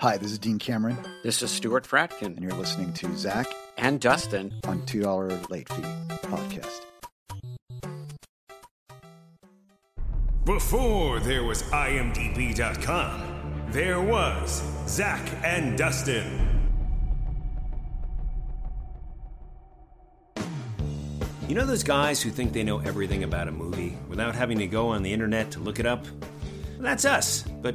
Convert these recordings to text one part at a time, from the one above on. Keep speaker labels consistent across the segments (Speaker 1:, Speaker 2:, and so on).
Speaker 1: Hi, this is Dean Cameron,
Speaker 2: This is Stuart
Speaker 1: and
Speaker 2: Fratkin
Speaker 1: you're listening to Zach
Speaker 2: and Dustin.
Speaker 1: on $2 Late Fee Podcast.
Speaker 3: Before there was IMDb.com, there was Zach and Dustin.
Speaker 4: You know those guys who think they know everything about a movie without having to go on the internet to look it up? That's us, but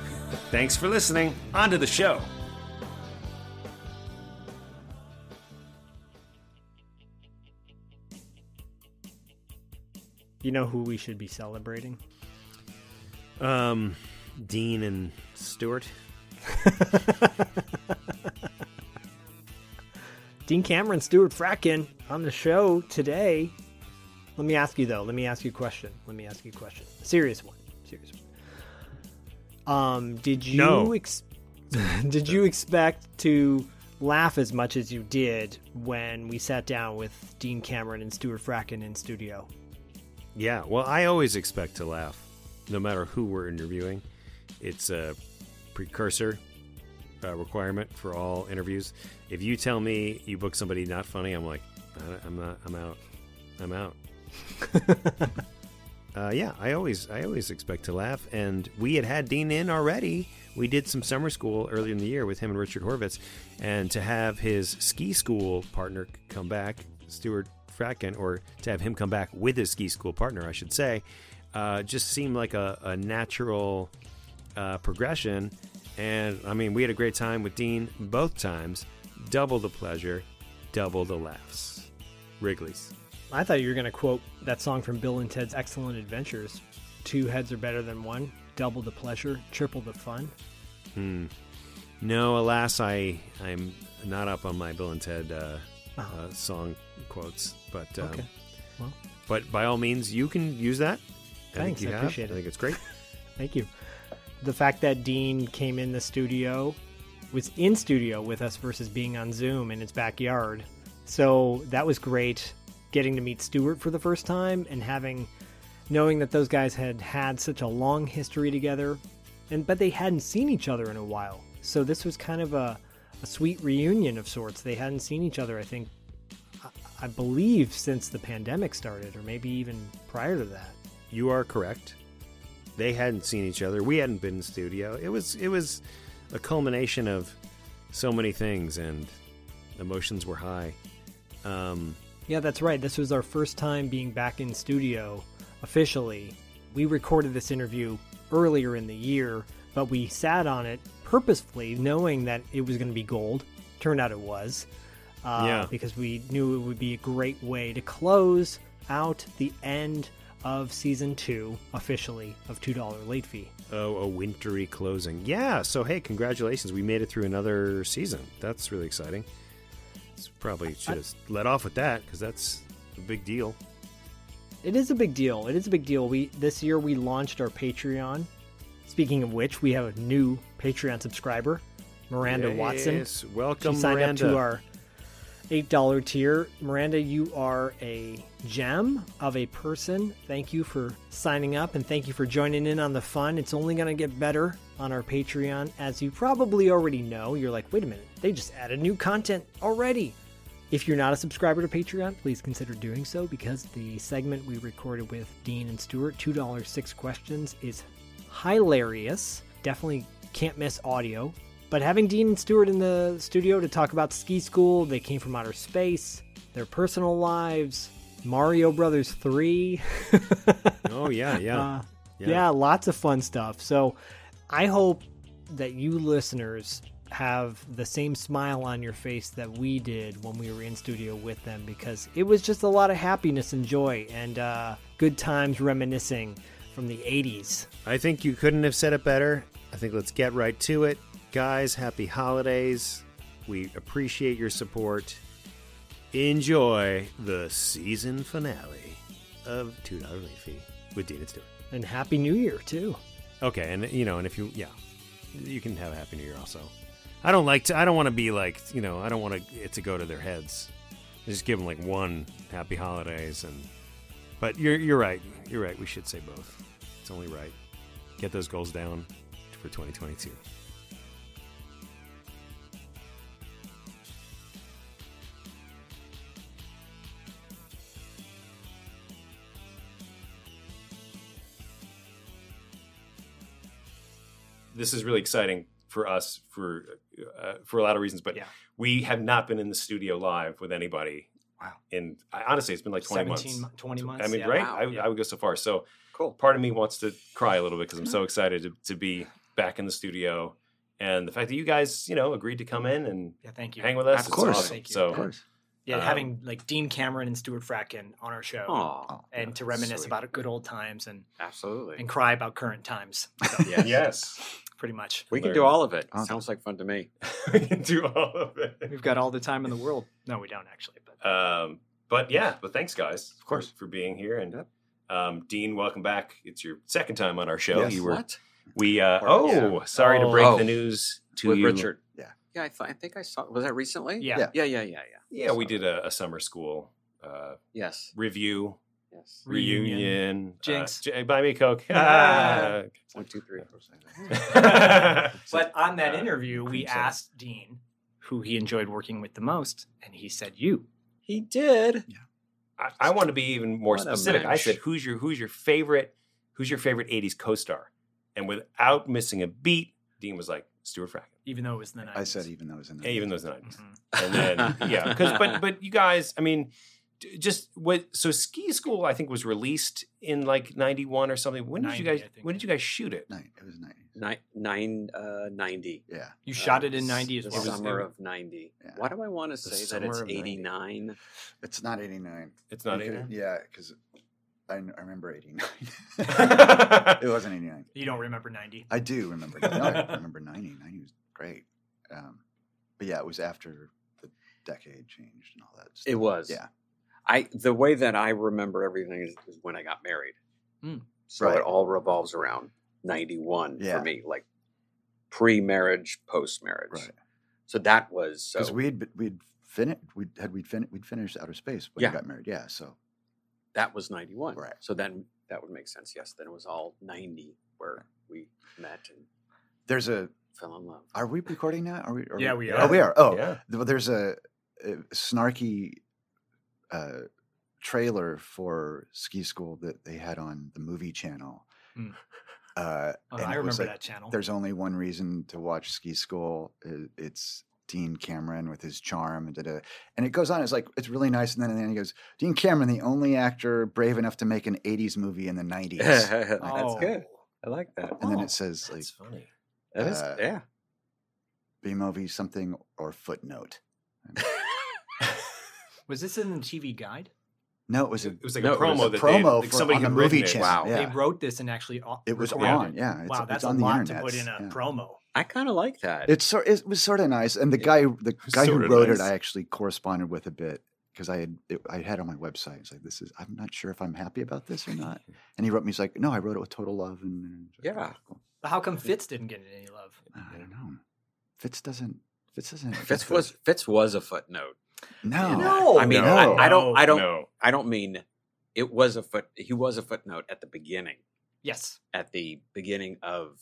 Speaker 4: Thanks for listening. On to the show.
Speaker 5: You know who we should be celebrating?
Speaker 4: Um, Dean and Stuart.
Speaker 5: Dean Cameron, Stuart Fracken on the show today. Let me ask you though. Let me ask you a question. Let me ask you a question. A serious one. Serious one. Um, did you
Speaker 4: No.
Speaker 5: ex- did you expect to laugh as much as you did when we sat down with Dean Cameron and Stuart Fracken in studio?
Speaker 4: Yeah, well, I always expect to laugh, no matter who we're interviewing. It's a precursor uh, requirement for all interviews. If you tell me you book somebody not funny, I'm like, I- I'm not, I'm out, I'm out. uh, yeah, I always, I always expect to laugh, and we had had Dean in already. We did some summer school earlier in the year with him and Richard Horvitz, and to have his ski school partner come back, Stuart Fracken, or to have him come back with his ski school partner, I should say, uh, just seemed like a, a natural uh, progression. And I mean, we had a great time with Dean both times. Double the pleasure, double the laughs. Wrigley's.
Speaker 5: I thought you were going to quote that song from Bill and Ted's Excellent Adventures. Two heads are better than one. Double the pleasure, triple the fun.
Speaker 4: No, alas, I I'm not up on my Bill and Ted uh, uh, song quotes, but um,
Speaker 5: Oh. Okay. Well.
Speaker 4: but by all means, you can use that.
Speaker 5: Thanks,
Speaker 4: I, think you
Speaker 5: I
Speaker 4: have.
Speaker 5: appreciate it.
Speaker 4: I think it's great.
Speaker 5: Thank you. The fact that Dean came in the studio, was in studio with us versus being on Zoom in his backyard. So that was great getting to meet Stuart for the first time and having knowing that those guys had had such a long history together and but they hadn't seen each other in a while. So this was kind of a, a sweet reunion of sorts. They hadn't seen each other I think I, I believe since the pandemic started or maybe even prior to that.
Speaker 4: You are correct. They hadn't seen each other. We hadn't been in studio. It was it was a culmination of so many things, and emotions were high. Um,
Speaker 5: Yeah, that's right. This was our first time being back in studio officially. We recorded this interview earlier in the year, but we sat on it purposefully, knowing that it was going to be gold. Turned out it was. Uh,
Speaker 4: Yeah.
Speaker 5: Because we knew it would be a great way to close out the end of season two officially of $2 late fee.
Speaker 4: Oh, a wintry closing. Yeah. So hey, congratulations. We made it through another season. That's really exciting. It's probably should have let off with that because that's a big deal.
Speaker 5: It is a big deal. It is a big deal. We this year we launched our Patreon. Speaking of which, we have a new Patreon subscriber. Miranda Watson.
Speaker 4: Yes, welcome,
Speaker 5: she signed
Speaker 4: Miranda.
Speaker 5: up to our eight dollar tier. Miranda, you are a gem of a person. Thank you for signing up and thank you for joining in on the fun. It's only gonna get better on our Patreon, as you probably already know. You're like, wait a minute, they just added new content already. If you're not a subscriber to Patreon, please consider doing so because the segment we recorded with Dean and Stuart, $2 six questions, is hilarious. Definitely can't miss audio. But having Dean and Stuart in the studio to talk about ski school, they came from outer space, their personal lives, Mario Brothers 3.
Speaker 4: oh yeah, yeah.
Speaker 5: Uh,
Speaker 4: Yeah.
Speaker 5: yeah. lots of fun stuff. So I hope that you listeners have the same smile on your face that we did when we were in studio with them because it was just a lot of happiness and joy and uh, good times reminiscing from the 80s.
Speaker 4: I think you couldn't have said it better. I think let's get right to it. Guys, happy holidays. We appreciate your support. Enjoy the season finale of Two Dollar Late Fee with Dean and Stewart.
Speaker 5: And Happy New Year, too.
Speaker 4: Okay, and you know, and if you yeah, you can have a happy new year also. I don't like to. I don't want to be like you know. I don't want to, it to go to their heads. I just give them like one happy holidays and. But you're you're right. You're right. We should say both. It's only right. Get those goals down for 2022. This is really exciting for us for uh, for a lot of reasons. But
Speaker 5: Yeah.
Speaker 4: we have not been in the studio live with anybody.
Speaker 2: Wow.
Speaker 4: In I, honestly, it's been like 20 months.
Speaker 5: 17 mo- 20 months.
Speaker 4: I mean,
Speaker 5: yeah.
Speaker 4: right?
Speaker 2: Wow.
Speaker 4: I, I would go so far. So
Speaker 2: Cool.
Speaker 4: part of me wants to cry a little bit because I'm
Speaker 2: Mm-hmm.
Speaker 4: so excited to, to be back in the studio, and the fact that you guys, you know, agreed to come in and
Speaker 5: Yeah, thank you.
Speaker 4: hang with us.
Speaker 2: Of
Speaker 4: is
Speaker 2: course.
Speaker 4: awesome.
Speaker 5: Thank you.
Speaker 4: So
Speaker 1: Of course.
Speaker 5: yeah,
Speaker 4: um,
Speaker 5: having like Dean Cameron and Stuart Fracken on our show
Speaker 2: Aw,
Speaker 1: Oh,
Speaker 5: and to reminisce
Speaker 2: sweet.
Speaker 5: about good old times and,
Speaker 2: absolutely.
Speaker 5: and cry about current times,
Speaker 2: Yes.
Speaker 4: yes,
Speaker 5: pretty much.
Speaker 2: We can
Speaker 4: Learn.
Speaker 2: do all of it.
Speaker 1: Awesome.
Speaker 2: Sounds like fun to me.
Speaker 4: we can do all of it.
Speaker 5: We've got all the time in the world. No, we don't actually. But
Speaker 4: Um, but yeah, but thanks guys, of
Speaker 2: course.
Speaker 4: for being here. And um, Dean, welcome back. It's your second time on our show.
Speaker 1: Yes.
Speaker 4: You were
Speaker 2: What?
Speaker 4: we. Uh,
Speaker 2: Or-
Speaker 4: oh, sorry to
Speaker 5: Oh.
Speaker 4: break
Speaker 2: Oh.
Speaker 4: the news to
Speaker 2: With
Speaker 4: you.
Speaker 2: Richard.
Speaker 1: Yeah.
Speaker 2: Yeah, I, th- I think I saw. Was that recently?
Speaker 5: yeah,
Speaker 1: Yeah.
Speaker 2: Yeah, yeah, yeah, yeah.
Speaker 4: Yeah, we did a, a summer school uh,
Speaker 2: Yes.
Speaker 4: review
Speaker 2: Yes.
Speaker 5: Reunion.
Speaker 4: reunion.
Speaker 5: Jinx.
Speaker 4: Uh, J- buy me a Coke.
Speaker 5: Ah.
Speaker 2: One, two, three.
Speaker 5: But on that
Speaker 4: Uh,
Speaker 5: interview, we
Speaker 4: cream soda.
Speaker 5: asked Dean who he enjoyed working with the most, and he said you.
Speaker 2: He did.
Speaker 4: I, I want to be even more
Speaker 2: What a
Speaker 4: specific. I
Speaker 2: mensch.
Speaker 4: said, "Who's your who's your favorite who's your favorite '80s co-star?" And without missing a beat, Dean was like Stuart Fracken,
Speaker 5: Even though it was in the 90s.
Speaker 1: I said even though it was in the
Speaker 4: even though it's not.
Speaker 5: Mhm.
Speaker 4: And then yeah, because but but you guys, I mean, d- just what? So Ski School, I think, was released in like '91 or something. When did you
Speaker 5: 90,
Speaker 4: guys?
Speaker 5: I think,
Speaker 4: When did you guys shoot it?
Speaker 1: Nine, it was ninety.
Speaker 2: Nine, nine uh, 90.
Speaker 1: Yeah.
Speaker 5: You
Speaker 2: Uh,
Speaker 5: shot it in
Speaker 2: s-
Speaker 5: 90 as
Speaker 2: the
Speaker 5: well.
Speaker 2: Summer of 90.
Speaker 1: Yeah.
Speaker 2: Why do I want to say that
Speaker 4: summer
Speaker 2: it's
Speaker 4: of 90.
Speaker 2: 89?
Speaker 1: It's not eighty nine.
Speaker 4: It's not
Speaker 1: Yeah, 'cause
Speaker 4: 89.
Speaker 1: Yeah, because I, kn- I remember eighty nine. it
Speaker 4: Yeah.
Speaker 1: wasn't eighty nine.
Speaker 5: You don't remember 90.
Speaker 1: I do remember. No, I remember ninety. Ninety was great. Um, but yeah, it was after the decade changed and all that. Stuff.
Speaker 2: It was.
Speaker 1: Yeah.
Speaker 2: I the way that I remember everything is, is when I got married.
Speaker 5: Hmm.
Speaker 2: So
Speaker 1: Right.
Speaker 2: it all revolves around 91
Speaker 1: Yeah.
Speaker 2: for me, like pre-marriage, post-marriage.
Speaker 1: Right.
Speaker 2: So that was so
Speaker 1: Because we'd b- we'd finished we'd had we'd fin- we'd finished outer space when
Speaker 2: Yeah.
Speaker 1: we got married. Yeah. So
Speaker 2: that was 91.
Speaker 1: Right.
Speaker 2: So then that would make sense. Yes, then it was all 90 where we met and
Speaker 1: there's a.
Speaker 2: fell in love.
Speaker 1: Are we recording now? Are we? Are
Speaker 5: Yeah,
Speaker 1: we,
Speaker 5: we
Speaker 1: Oh,
Speaker 5: are.
Speaker 1: we are. Oh,
Speaker 4: Yeah.
Speaker 1: Th- well, there's a, a snarky uh, trailer for ski school that they had on the movie channel
Speaker 5: Mm.
Speaker 1: uh,
Speaker 5: Oh,
Speaker 1: and
Speaker 5: I
Speaker 1: it was
Speaker 5: remember
Speaker 1: like,
Speaker 5: that channel.
Speaker 1: there's only one reason to watch ski school I- it's dean cameron with his charm and, da-da. and it goes on it's like it's really nice and then, and then he goes dean cameron the only actor brave enough to make an 80s movie in the 90s
Speaker 2: That's
Speaker 5: Oh.
Speaker 2: good. I like that.
Speaker 1: and then
Speaker 4: Oh,
Speaker 1: it says like
Speaker 4: That's funny.
Speaker 2: That is,
Speaker 1: Uh,
Speaker 2: yeah.
Speaker 1: b movie something or footnote
Speaker 5: Was this in the TV guide?
Speaker 1: no it was a
Speaker 4: It was like
Speaker 2: No,
Speaker 4: a
Speaker 2: it was
Speaker 4: promo
Speaker 2: a
Speaker 4: that they,
Speaker 1: promo
Speaker 4: like
Speaker 1: for,
Speaker 4: somebody
Speaker 1: on the
Speaker 4: had
Speaker 1: movie
Speaker 4: written it.
Speaker 1: channel yeah.
Speaker 5: They wrote this and actually. au-
Speaker 1: It was
Speaker 5: recorded
Speaker 1: on, yeah. It's,
Speaker 5: Wow,
Speaker 1: it's
Speaker 5: that's
Speaker 1: on
Speaker 5: a
Speaker 1: the
Speaker 5: lot
Speaker 1: internet.
Speaker 5: to put in a promo.
Speaker 2: I kind of like that.
Speaker 1: It's sort. It was sort of nice, and the
Speaker 2: Yeah.
Speaker 1: guy, the guy who
Speaker 4: Sorta
Speaker 1: wrote it,
Speaker 4: nice.
Speaker 1: I actually corresponded with a bit because I had it, I had it on my website. It's like this is. I'm not sure if I'm happy about this or not. And he wrote me. He's like, no, I wrote it with total love, and, and it's like,
Speaker 2: Yeah.
Speaker 1: "Okay, cool."
Speaker 5: But how come Fitz didn't get any love?
Speaker 1: I don't know. Fitz doesn't. Fitz doesn't.
Speaker 2: Fitz was Fitz was a footnote.
Speaker 1: no.
Speaker 2: in that.
Speaker 5: No.
Speaker 2: I mean,
Speaker 1: No.
Speaker 2: I, I don't, I don't,
Speaker 5: No.
Speaker 2: I don't mean it was a foot. He was a footnote at the beginning,
Speaker 6: Yes.
Speaker 2: at the beginning of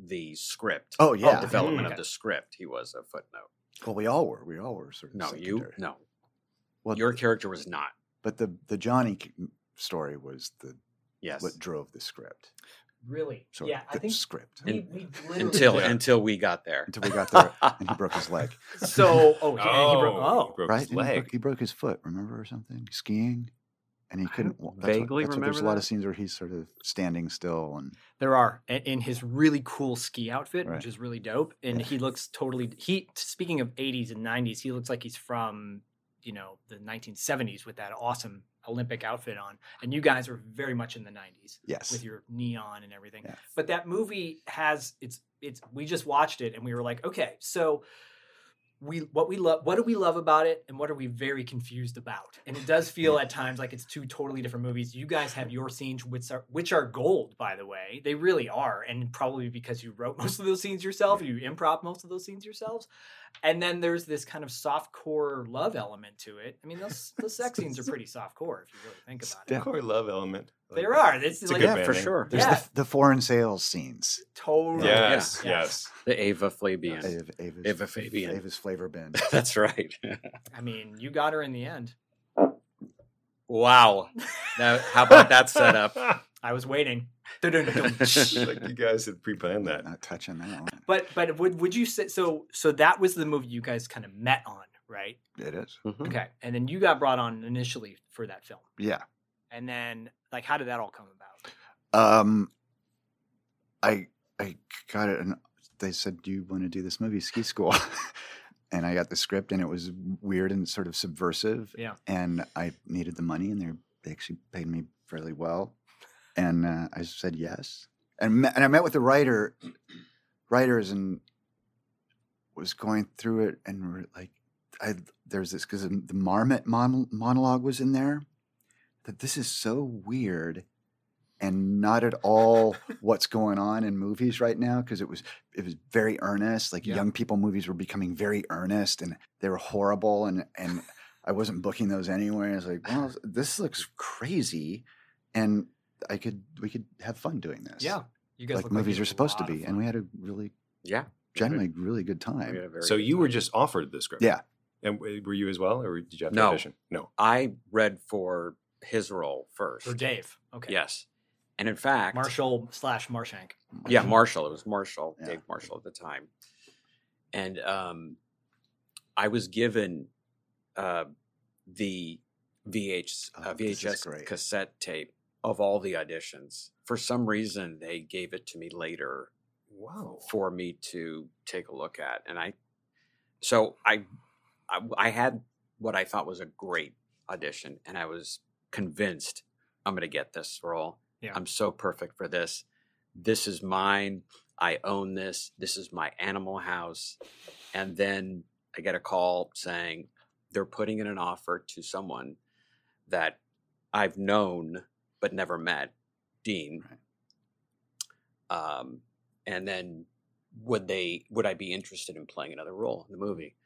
Speaker 2: the script.
Speaker 1: Oh,
Speaker 2: of
Speaker 1: yeah.
Speaker 6: Okay.
Speaker 2: development
Speaker 4: Hmm.
Speaker 2: of the script. He was a footnote.
Speaker 1: Well, we all were. We all were sort of.
Speaker 2: No, you
Speaker 1: secondary.
Speaker 2: no.
Speaker 1: Well,
Speaker 2: Your
Speaker 1: th-
Speaker 2: character was not.
Speaker 1: But the the Johnny c- story was the
Speaker 2: Yes.
Speaker 1: what drove the script.
Speaker 5: Really?
Speaker 1: Sort
Speaker 5: yeah,
Speaker 1: of, the
Speaker 5: I think
Speaker 1: script
Speaker 5: we, we literally
Speaker 2: until
Speaker 5: just-
Speaker 2: until we got there.
Speaker 1: until we got there and he broke his leg.
Speaker 5: so oh yeah and he broke
Speaker 4: Oh,
Speaker 5: oh
Speaker 4: he broke
Speaker 1: right?
Speaker 4: his
Speaker 1: And He,
Speaker 4: leg.
Speaker 1: broke, he broke his foot, remember, or something? Skiing, and he couldn't. wa- That's
Speaker 2: vaguely
Speaker 1: what, that's what, There's a
Speaker 2: remember
Speaker 1: lot
Speaker 2: that.
Speaker 1: of scenes where he's sort of standing still, and
Speaker 5: There are a- in his really cool ski outfit,
Speaker 1: Right.
Speaker 5: which is really dope, and
Speaker 1: Yeah.
Speaker 5: he looks totally. He speaking of '80s and '90s, he looks like he's from you know the 1970s with that awesome Olympic outfit on. And you guys were very much in the '90s
Speaker 1: yes,
Speaker 5: with your neon and everything.
Speaker 1: Yeah.
Speaker 5: But that movie has it's it's. We just watched it and we were like, okay, so we what we love, what do we love about it, and what are we very confused about? And it does feel at times like it's two totally different movies. You guys have your scenes, which are which are gold, by the way. They really are, and probably because you wrote most of those scenes yourself, you improv most of those scenes yourselves. And then there's this kind of soft core love element to it. I mean, those those sex scenes are pretty soft core if you really think about it.
Speaker 1: Yeah.
Speaker 4: Corey Love element. I like
Speaker 5: There
Speaker 4: that.
Speaker 5: are. It's,
Speaker 4: It's a
Speaker 5: like
Speaker 4: good
Speaker 5: yeah,
Speaker 4: band
Speaker 2: Oh, for
Speaker 4: name.
Speaker 2: sure.
Speaker 1: there's
Speaker 5: Yeah.
Speaker 1: the, the foreign sales scenes.
Speaker 5: totally.
Speaker 4: Yes,
Speaker 5: Yeah.
Speaker 4: yes.
Speaker 2: The Ava Flabian.
Speaker 1: Ava- Ava's,
Speaker 2: Ava Fabian.
Speaker 1: Ava's flavor bin.
Speaker 2: That's right.
Speaker 5: I mean, you got her in the end.
Speaker 1: Uh.
Speaker 2: wow. Now, how about that setup?
Speaker 5: I was waiting.
Speaker 4: like you guys had pre-planned that.
Speaker 1: Not touching that one.
Speaker 5: But but would would you say so? So that was the movie you guys kind of met on, right?
Speaker 1: It is.
Speaker 5: Okay, and then you got brought on initially for that film,
Speaker 1: Yeah.
Speaker 5: and then like how did that all come about?
Speaker 1: Um, I I got it, and they said, "Do you want to do this movie, Ski School?" and I got the script, and it was weird and sort of subversive.
Speaker 5: Yeah.
Speaker 1: And I needed the money, and they they actually paid me fairly well, and uh, I said yes, and me- and I met with the writer, writers, and was going through it, and we're like, I there's this because the marmot mon- monologue was in there. That this is so weird and not at all what's going on in movies right now because it was it was very earnest like
Speaker 5: Yeah.
Speaker 1: young people movies were becoming very earnest and they were horrible and and I wasn't booking those anywhere I was like well this looks crazy and I could we could have fun doing this
Speaker 5: you guys
Speaker 1: like
Speaker 5: look
Speaker 1: movies
Speaker 5: you
Speaker 1: are
Speaker 5: had a
Speaker 1: supposed to
Speaker 5: lot of
Speaker 1: be
Speaker 5: fun.
Speaker 1: and we had a really
Speaker 2: Yeah.
Speaker 1: generally really good
Speaker 2: We had
Speaker 1: time
Speaker 2: a very
Speaker 4: So
Speaker 2: good
Speaker 4: you were
Speaker 2: time.
Speaker 4: just offered the script.
Speaker 1: Yeah.
Speaker 4: And w- were you as well, or did you have to
Speaker 2: No.
Speaker 4: audition? No.
Speaker 2: I read for his role first.
Speaker 5: for Dave. Okay,
Speaker 2: Yes. And in fact,
Speaker 5: Marshall slash Marshank.
Speaker 2: Yeah, Marshall. It was Marshall,
Speaker 1: Yeah.
Speaker 2: Dave Marshall at the time. And um, I was given uh, the VH,
Speaker 1: Oh,
Speaker 2: uh,
Speaker 1: this is
Speaker 2: VHS
Speaker 1: great.
Speaker 2: cassette tape of all the auditions. For some reason, they gave it to me later
Speaker 4: Wow.
Speaker 2: for me to take a look at, and I, so I, I, I had what I thought was a great audition, and I was convinced I'm going to get this role.
Speaker 5: Yeah.
Speaker 2: I'm so perfect for this. This is mine. I own this. This is my animal house. And then I get a call saying they're putting in an offer to someone that I've known but never met, Dean. Um, and then would they would I be interested in playing another role in the movie?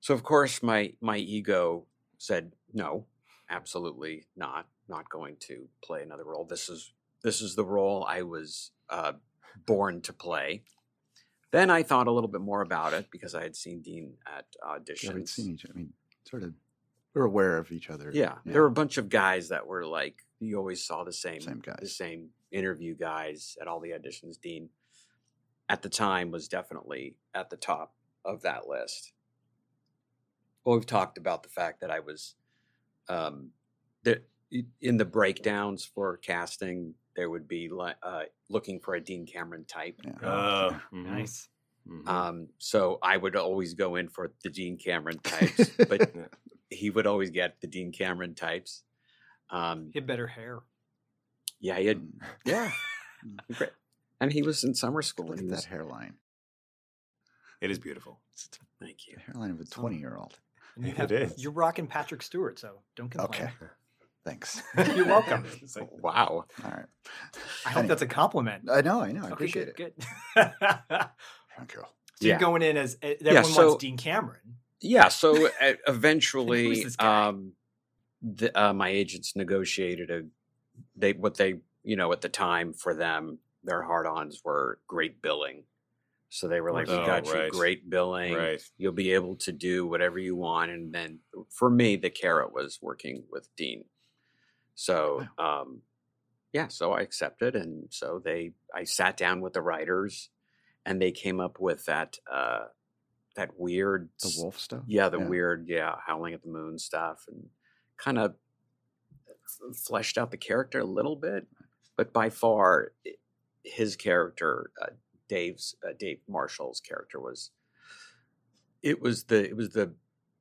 Speaker 2: So of course my my ego said no, absolutely not, not going to play another role. This is this is the role I was uh, born to play. Then I thought a little bit more about it because I had seen Dean at auditions.
Speaker 1: yeah, we'd seen each I mean sort of we were aware of each other
Speaker 2: Yeah, there were a bunch of guys that were like you always saw the same
Speaker 1: Same
Speaker 2: the
Speaker 1: guys.
Speaker 2: same interview guys at all the auditions. Dean at the time was definitely at the top of that list. Well, we've talked about the fact that I was um, that i- in the breakdowns for casting there would be like uh, looking for a Dean Cameron type.
Speaker 1: oh, Yeah. Uh,
Speaker 4: Uh, mhm,
Speaker 5: Nice.
Speaker 4: mhm.
Speaker 2: Um, so I would always go in for the Dean Cameron types, but
Speaker 4: Yeah.
Speaker 2: he would always get the Dean Cameron types. Um,
Speaker 5: He had better hair.
Speaker 2: yeah, he had,
Speaker 1: Mm.
Speaker 2: yeah, Great. and he was in summer school.
Speaker 1: look
Speaker 2: and he
Speaker 1: at that
Speaker 2: was-
Speaker 1: hairline
Speaker 4: It is beautiful.
Speaker 2: Thank you.
Speaker 1: the hairline of a 20 year old
Speaker 5: And you
Speaker 4: It
Speaker 5: have,
Speaker 4: is.
Speaker 5: You're rocking Patrick Stewart, so don't complain.
Speaker 1: okay thanks
Speaker 5: You're welcome.
Speaker 4: It's like-
Speaker 2: Wow.
Speaker 1: all right
Speaker 5: I hope that's a compliment.
Speaker 1: I know, I know. I
Speaker 5: okay,
Speaker 1: appreciate
Speaker 5: good,
Speaker 1: it.
Speaker 5: good.
Speaker 1: Thank you.
Speaker 5: So you're
Speaker 2: Yeah.
Speaker 5: going in as eh, everyone
Speaker 2: so-
Speaker 5: wants Dean Cameron.
Speaker 2: Yeah. So uh,
Speaker 5: Who is
Speaker 2: eventually,
Speaker 5: this guy?
Speaker 2: um, the, uh, my agents negotiated a they what they you know at the time for them their hard-ons were great billing. So they were like, "We
Speaker 4: Oh,
Speaker 2: got you
Speaker 4: right.
Speaker 2: great billing.
Speaker 4: Right.
Speaker 2: You'll be able to do whatever you want." And then for me, the carrot was working with Dean. So, um, yeah, so I accepted, and so they I sat down with the writers, and they came up with that uh, that weird
Speaker 1: The wolf stuff.
Speaker 2: yeah, the
Speaker 1: Yeah.
Speaker 2: weird, yeah, howling at the moon stuff, and kind of uh, fleshed out the character a little bit. But by far, i- his character, uh, Dave's uh, Dave Marshall's character was it was the it was the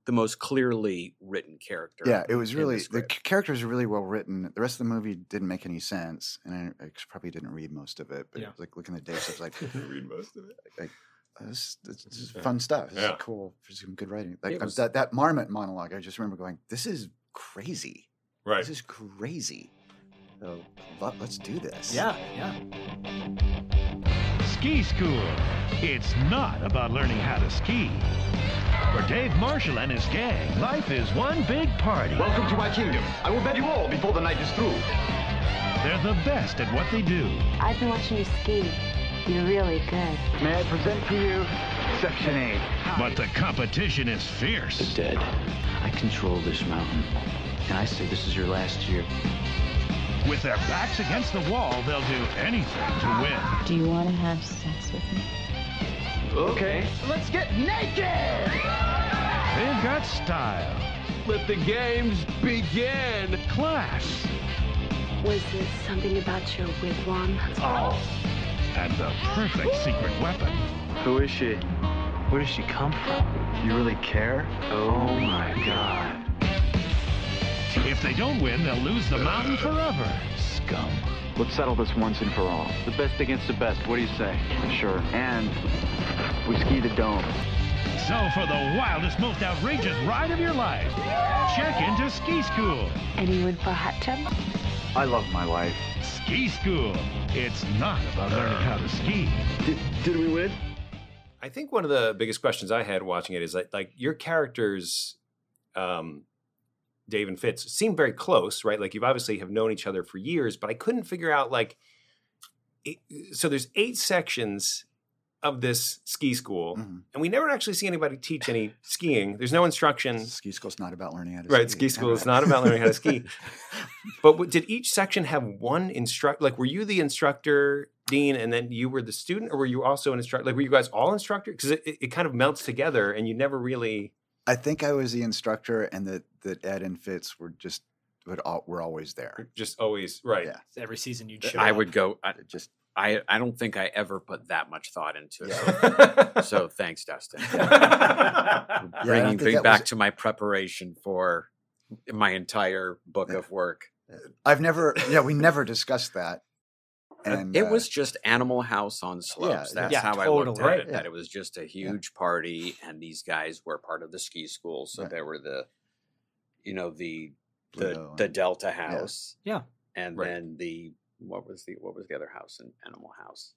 Speaker 2: the most clearly written character.
Speaker 1: Yeah, it was
Speaker 2: in the
Speaker 1: really the,
Speaker 2: script.
Speaker 1: c characters are really well written. The rest of the movie didn't make any sense, and I, I probably didn't read most of it. But
Speaker 5: Yeah.
Speaker 1: like looking at Dave stuff, like
Speaker 4: I read most of it.
Speaker 1: "Oh, this, this, this is
Speaker 4: Yeah.
Speaker 1: fun stuff. This
Speaker 4: Yeah.
Speaker 1: is cool. There's some good writing. Like
Speaker 2: It
Speaker 1: uh,
Speaker 2: was-
Speaker 1: that that marmot monologue. I just remember going, "This is crazy.
Speaker 4: Right.
Speaker 1: This is crazy." So lo- let's do this.
Speaker 5: Yeah, yeah.
Speaker 7: Ski School. It's not about learning how to ski. For Dave Marshall and his gang, life is one big party.
Speaker 8: Welcome to my kingdom. I will bet you all before the night is through.
Speaker 7: They're the best at what they do.
Speaker 9: I've been watching you ski. You're really good.
Speaker 8: May I present to you Section 8.
Speaker 7: But the competition is fierce.
Speaker 8: Dead. I control this mountain. And I say this is your last year.
Speaker 7: With their backs against the wall, they'll do anything to win.
Speaker 9: Do you want to have sex with me?
Speaker 8: Okay. Let's get naked!
Speaker 7: They've got style,
Speaker 8: Let the games begin!
Speaker 7: class,
Speaker 9: Was it something about your wigwam?
Speaker 7: and the perfect secret weapon.
Speaker 8: Who is she? Where does she come from? You really care? Oh my god.
Speaker 7: If they don't win, they'll lose the mountain forever.
Speaker 8: Scum. Let's settle this once and for all. The best against the best. What do you say? Sure. And we ski the dome.
Speaker 7: So for the wildest, most outrageous ride of your life, check into Ski School.
Speaker 9: Anyone for a hot tub?
Speaker 8: I love my life.
Speaker 7: Ski School. It's not about learning how to ski.
Speaker 8: Did, did we win?
Speaker 4: I think one of the biggest questions I had watching it is like like your characters, um, Dave and Fitz, seem very close, right? Like you've obviously have known each other for years, but I couldn't figure out like it, so there's eight sections of this ski school,
Speaker 1: Mhm.
Speaker 4: and we never actually see anybody teach any skiing. There's no instruction.
Speaker 1: Ski school's not about learning how to
Speaker 4: Right,
Speaker 1: ski.
Speaker 4: ski school is not about learning how to ski. But what, did each section have one instructor? Like, were you the instructor, Dean, and then you were the student, or were you also an instructor? Like, were you guys all instructor? Because it, it, it kind of melts together, and you never really.
Speaker 1: I think I was the instructor, and that that Ed and Fitz were just would all, were always there.
Speaker 4: you're Just always right.
Speaker 1: Yeah.
Speaker 5: So every season you'd show
Speaker 2: Uh, I
Speaker 5: up.
Speaker 2: would go. I,
Speaker 1: It just
Speaker 2: I I don't think I ever put that much thought into it. So, so thanks, Dustin.
Speaker 1: I don't
Speaker 2: Bringing
Speaker 1: think
Speaker 2: things
Speaker 1: that
Speaker 2: back
Speaker 1: was-
Speaker 2: to my preparation for my entire book of work.
Speaker 1: I've never. Yeah, we never discussed that. And
Speaker 2: it
Speaker 1: uh,
Speaker 2: was just Animal House on slopes. That's
Speaker 5: yeah,
Speaker 2: how I looked
Speaker 5: totally.
Speaker 2: at
Speaker 5: Right,
Speaker 2: it. That it was just a huge party, and these guys were part of the ski school, so
Speaker 1: Right.
Speaker 2: they were the, you know, the
Speaker 1: Pluto
Speaker 2: the the
Speaker 1: and-
Speaker 2: Delta House,
Speaker 5: Yeah.
Speaker 2: and
Speaker 4: Right.
Speaker 2: then the what was the what was the other house in Animal House?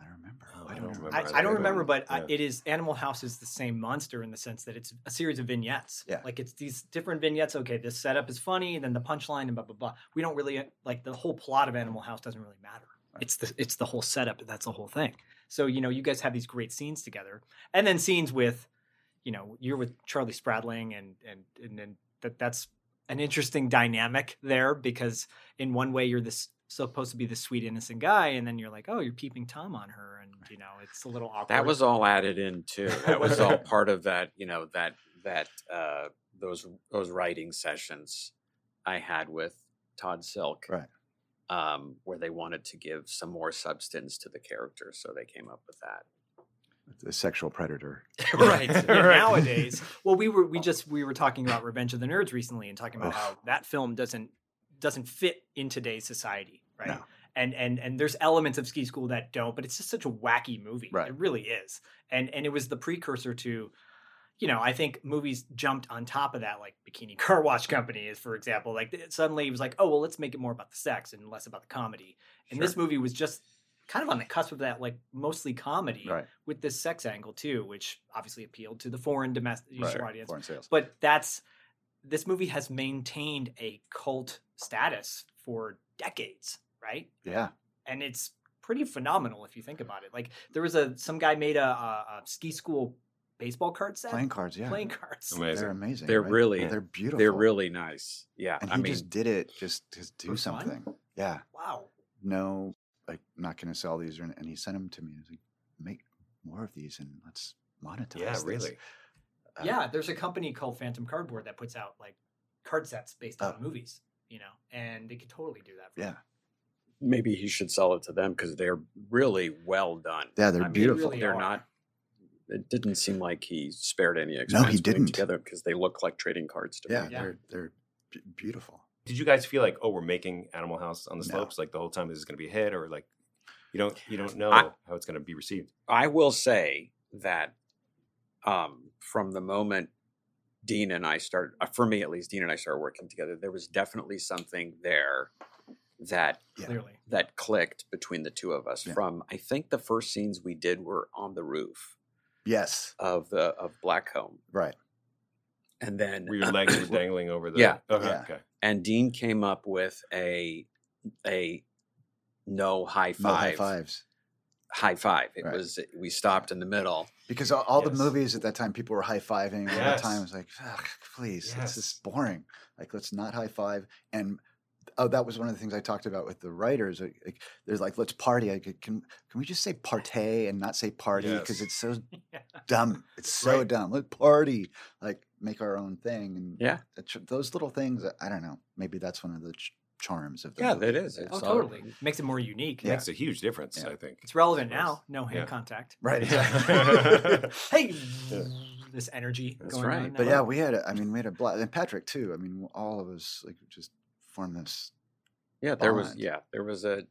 Speaker 1: I don't remember.
Speaker 4: Oh,
Speaker 1: Why do
Speaker 4: I don't remember
Speaker 5: I,
Speaker 4: either,
Speaker 5: I don't remember, but I,
Speaker 4: yeah.
Speaker 5: it is Animal House is the same monster in the sense that it's a series of vignettes.
Speaker 1: Yeah.
Speaker 5: Like it's these different vignettes. Okay, this setup is funny, then the punchline, and blah blah blah. We don't really uh, like the whole plot of Animal House doesn't really matter. It's the it's the whole setup. That's the whole thing. So you know, you guys have these great scenes together, and then scenes with, you know, you're with Charlie Spradling, and and and then that that's an interesting dynamic there because in one way you're this supposed to be the sweet innocent guy and then you're like oh you're peeping tom on her and you know it's a little awkward
Speaker 2: That was all added in too. That was all part of that. You know that that uh, those those writing sessions I had with Todd Silk,
Speaker 1: Right.
Speaker 2: Um, where they wanted to give some more substance to the character, so they came up with that.
Speaker 1: The sexual predator.
Speaker 5: right
Speaker 4: Right.
Speaker 5: nowadays well we were we just we were talking about revenge of the nerds recently and talking about
Speaker 1: Oh. Ugh.
Speaker 5: how that film doesn't doesn't fit in today's society right
Speaker 1: No.
Speaker 5: and and and there's elements of ski school that don't but it's just such a wacky movie
Speaker 1: Right.
Speaker 5: it really is and and it was the precursor to you know i think movies jumped on top of that like bikini car wash company is for example like th- suddenly it was like oh well let's make it more about the sex and less about the comedy and this movie was just kind of on the cusp of that like mostly comedy
Speaker 1: Right.
Speaker 5: with this sex angle too, which obviously appealed to the foreign domestic
Speaker 1: Right,
Speaker 5: audience.
Speaker 1: foreign sales.
Speaker 5: But that's this movie has maintained a cult status for decades, right?
Speaker 1: Yeah.
Speaker 5: and it's pretty phenomenal if you think about it. Like there was a some guy made a, a, a ski school baseball card set,
Speaker 1: Playing cards, yeah.
Speaker 5: playing cards.
Speaker 1: They're amazing.
Speaker 2: They're
Speaker 1: right?
Speaker 2: really
Speaker 1: they're beautiful.
Speaker 2: They're really nice. Yeah,
Speaker 1: And
Speaker 2: I
Speaker 1: he
Speaker 2: mean,
Speaker 1: just did it just to do
Speaker 5: For fun?
Speaker 1: something. Yeah.
Speaker 5: Wow,
Speaker 1: No, like not going to sell these, or, and he sent them to me. I was like, make more of these and let's monetize.
Speaker 4: Yeah,
Speaker 1: this."
Speaker 4: really.
Speaker 1: Uh,
Speaker 5: yeah. There's a company called Phantom Cardboard that puts out like card sets based on movies, you know, and they could totally do that. For
Speaker 1: Oh. Yeah.
Speaker 2: maybe he should sell it to them because they're really well done.
Speaker 1: Yeah, they're
Speaker 2: I mean,
Speaker 1: beautiful.
Speaker 5: Really
Speaker 2: they're
Speaker 5: are.
Speaker 2: not. It didn't seem like he spared any expense.
Speaker 1: he
Speaker 2: putting
Speaker 1: didn't.
Speaker 2: Together because they look like trading cards to
Speaker 1: Yeah.
Speaker 2: me.
Speaker 5: Yeah.
Speaker 1: They're they're b- beautiful.
Speaker 4: Did you guys feel like, oh, we're making Animal House on the
Speaker 1: No.
Speaker 4: slopes, like the whole time this is going to be a hit, or like you don't you don't know
Speaker 2: I-
Speaker 4: how it's going to be received?
Speaker 2: I will say that um, from the moment Dean and I started, uh, for me at least, Dean and I started working together, there was definitely something there that
Speaker 1: Yeah.
Speaker 5: Clearly,
Speaker 2: that clicked between the two of us.
Speaker 1: Yeah.
Speaker 2: From I think the first scenes we did were on the roof
Speaker 1: Yes.
Speaker 2: of the of Blackcomb,
Speaker 1: Right.
Speaker 2: and then
Speaker 4: Where your legs were dangling over the
Speaker 2: Yeah.
Speaker 4: Okay,
Speaker 1: Yeah.
Speaker 4: okay.
Speaker 2: and Dean came up with a a no high
Speaker 1: No high
Speaker 2: five
Speaker 1: fives.
Speaker 2: high five. It
Speaker 1: Right.
Speaker 2: was we stopped in the middle.
Speaker 1: Because all, all
Speaker 4: Yes.
Speaker 1: the movies at that time, people were high fiving all
Speaker 4: Yes.
Speaker 1: the time. I was like, Ugh, please,
Speaker 4: Yes.
Speaker 1: this is boring. Like, let's not high five. And oh, that was one of the things I talked about with the writers. Like, like, they're like, let's party. I could, can can we just say partay and not say party because
Speaker 4: Yes.
Speaker 1: it's so
Speaker 5: Yeah.
Speaker 1: dumb. It's so
Speaker 4: Right.
Speaker 1: dumb. Let's party. Like, make our own thing. And
Speaker 2: Yeah.
Speaker 1: that's- those little things. I- I don't know. Maybe that's one of the ch- charms of the
Speaker 2: Yeah,
Speaker 1: movie.
Speaker 2: that is.
Speaker 5: oh,
Speaker 2: It's all-
Speaker 5: totally makes it more unique.
Speaker 1: Yeah.
Speaker 4: Makes a huge difference,
Speaker 1: Yeah.
Speaker 4: I think.
Speaker 5: It's relevant
Speaker 4: Of course.
Speaker 5: now. No hand
Speaker 4: Yeah.
Speaker 5: contact.
Speaker 1: right.
Speaker 4: Yeah.
Speaker 5: Hey, this energy
Speaker 2: That's
Speaker 5: going
Speaker 2: right.
Speaker 5: on.
Speaker 1: But
Speaker 5: now.
Speaker 1: yeah, we had. A, I mean, we had a blast, and Patrick too. I mean, all of us like just formed this.
Speaker 2: Yeah, there was.
Speaker 1: bond.
Speaker 2: Yeah, there was a.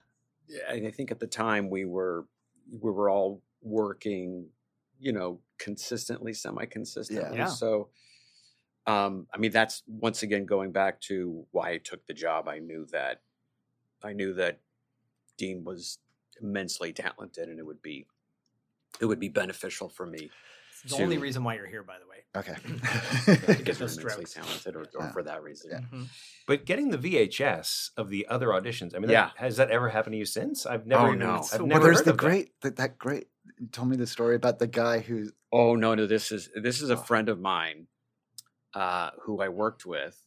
Speaker 2: yeah, and I think at the time we were we were all working, you know, consistently, semi consistently.
Speaker 5: Yeah.
Speaker 2: So, um, I mean, that's once again going back to why I took the job. I knew that, I knew that Dean was immensely talented, and it would be, it would be beneficial for me
Speaker 5: It's the only
Speaker 2: to-
Speaker 5: reason why you're here, by the way.
Speaker 1: Okay.
Speaker 2: because
Speaker 5: those
Speaker 2: we're immensely
Speaker 5: strokes.
Speaker 2: talented, or, or
Speaker 1: Yeah.
Speaker 2: for that reason.
Speaker 1: Yeah.
Speaker 4: Mm-hmm.
Speaker 5: Mhm.
Speaker 4: But getting the VHS of the other auditions, I mean,
Speaker 2: Yeah.
Speaker 4: that, has that ever happened to you since? I've never.
Speaker 2: Oh,
Speaker 4: even-
Speaker 2: no.
Speaker 4: I've
Speaker 5: So
Speaker 4: never
Speaker 1: well, there's
Speaker 4: heard
Speaker 1: the
Speaker 4: of that.
Speaker 1: great that. that great. you Told me the story about the guy who.
Speaker 2: Oh no, no, this is this is a
Speaker 1: Oh.
Speaker 2: friend of mine uh, who I worked with,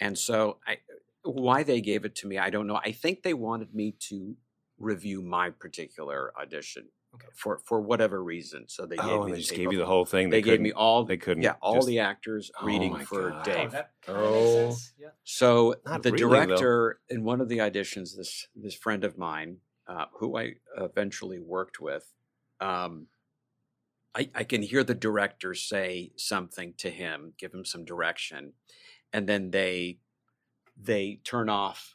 Speaker 2: and so I why they gave it to me, I don't know. I think they wanted me to review my particular audition
Speaker 5: Okay.
Speaker 2: for for whatever reason. So they gave
Speaker 4: Oh,
Speaker 2: me
Speaker 4: and they just
Speaker 2: tape
Speaker 4: gave you
Speaker 2: of-
Speaker 4: the whole thing.
Speaker 2: They, gave me
Speaker 4: couldn't-
Speaker 2: all
Speaker 4: They couldn't.
Speaker 2: yeah all
Speaker 4: just-
Speaker 2: the actors
Speaker 4: Oh
Speaker 2: reading
Speaker 4: my
Speaker 2: for
Speaker 4: God.
Speaker 5: Oh,
Speaker 2: Dave.
Speaker 5: that kinda makes
Speaker 4: Oh.
Speaker 5: sense. Yeah.
Speaker 2: So
Speaker 4: Not
Speaker 2: the
Speaker 4: really, though.
Speaker 2: director in one of the auditions, this this friend of mine, uh, who I eventually worked with, um, I, I can hear the director say something to him, give him some direction, and then they they turn off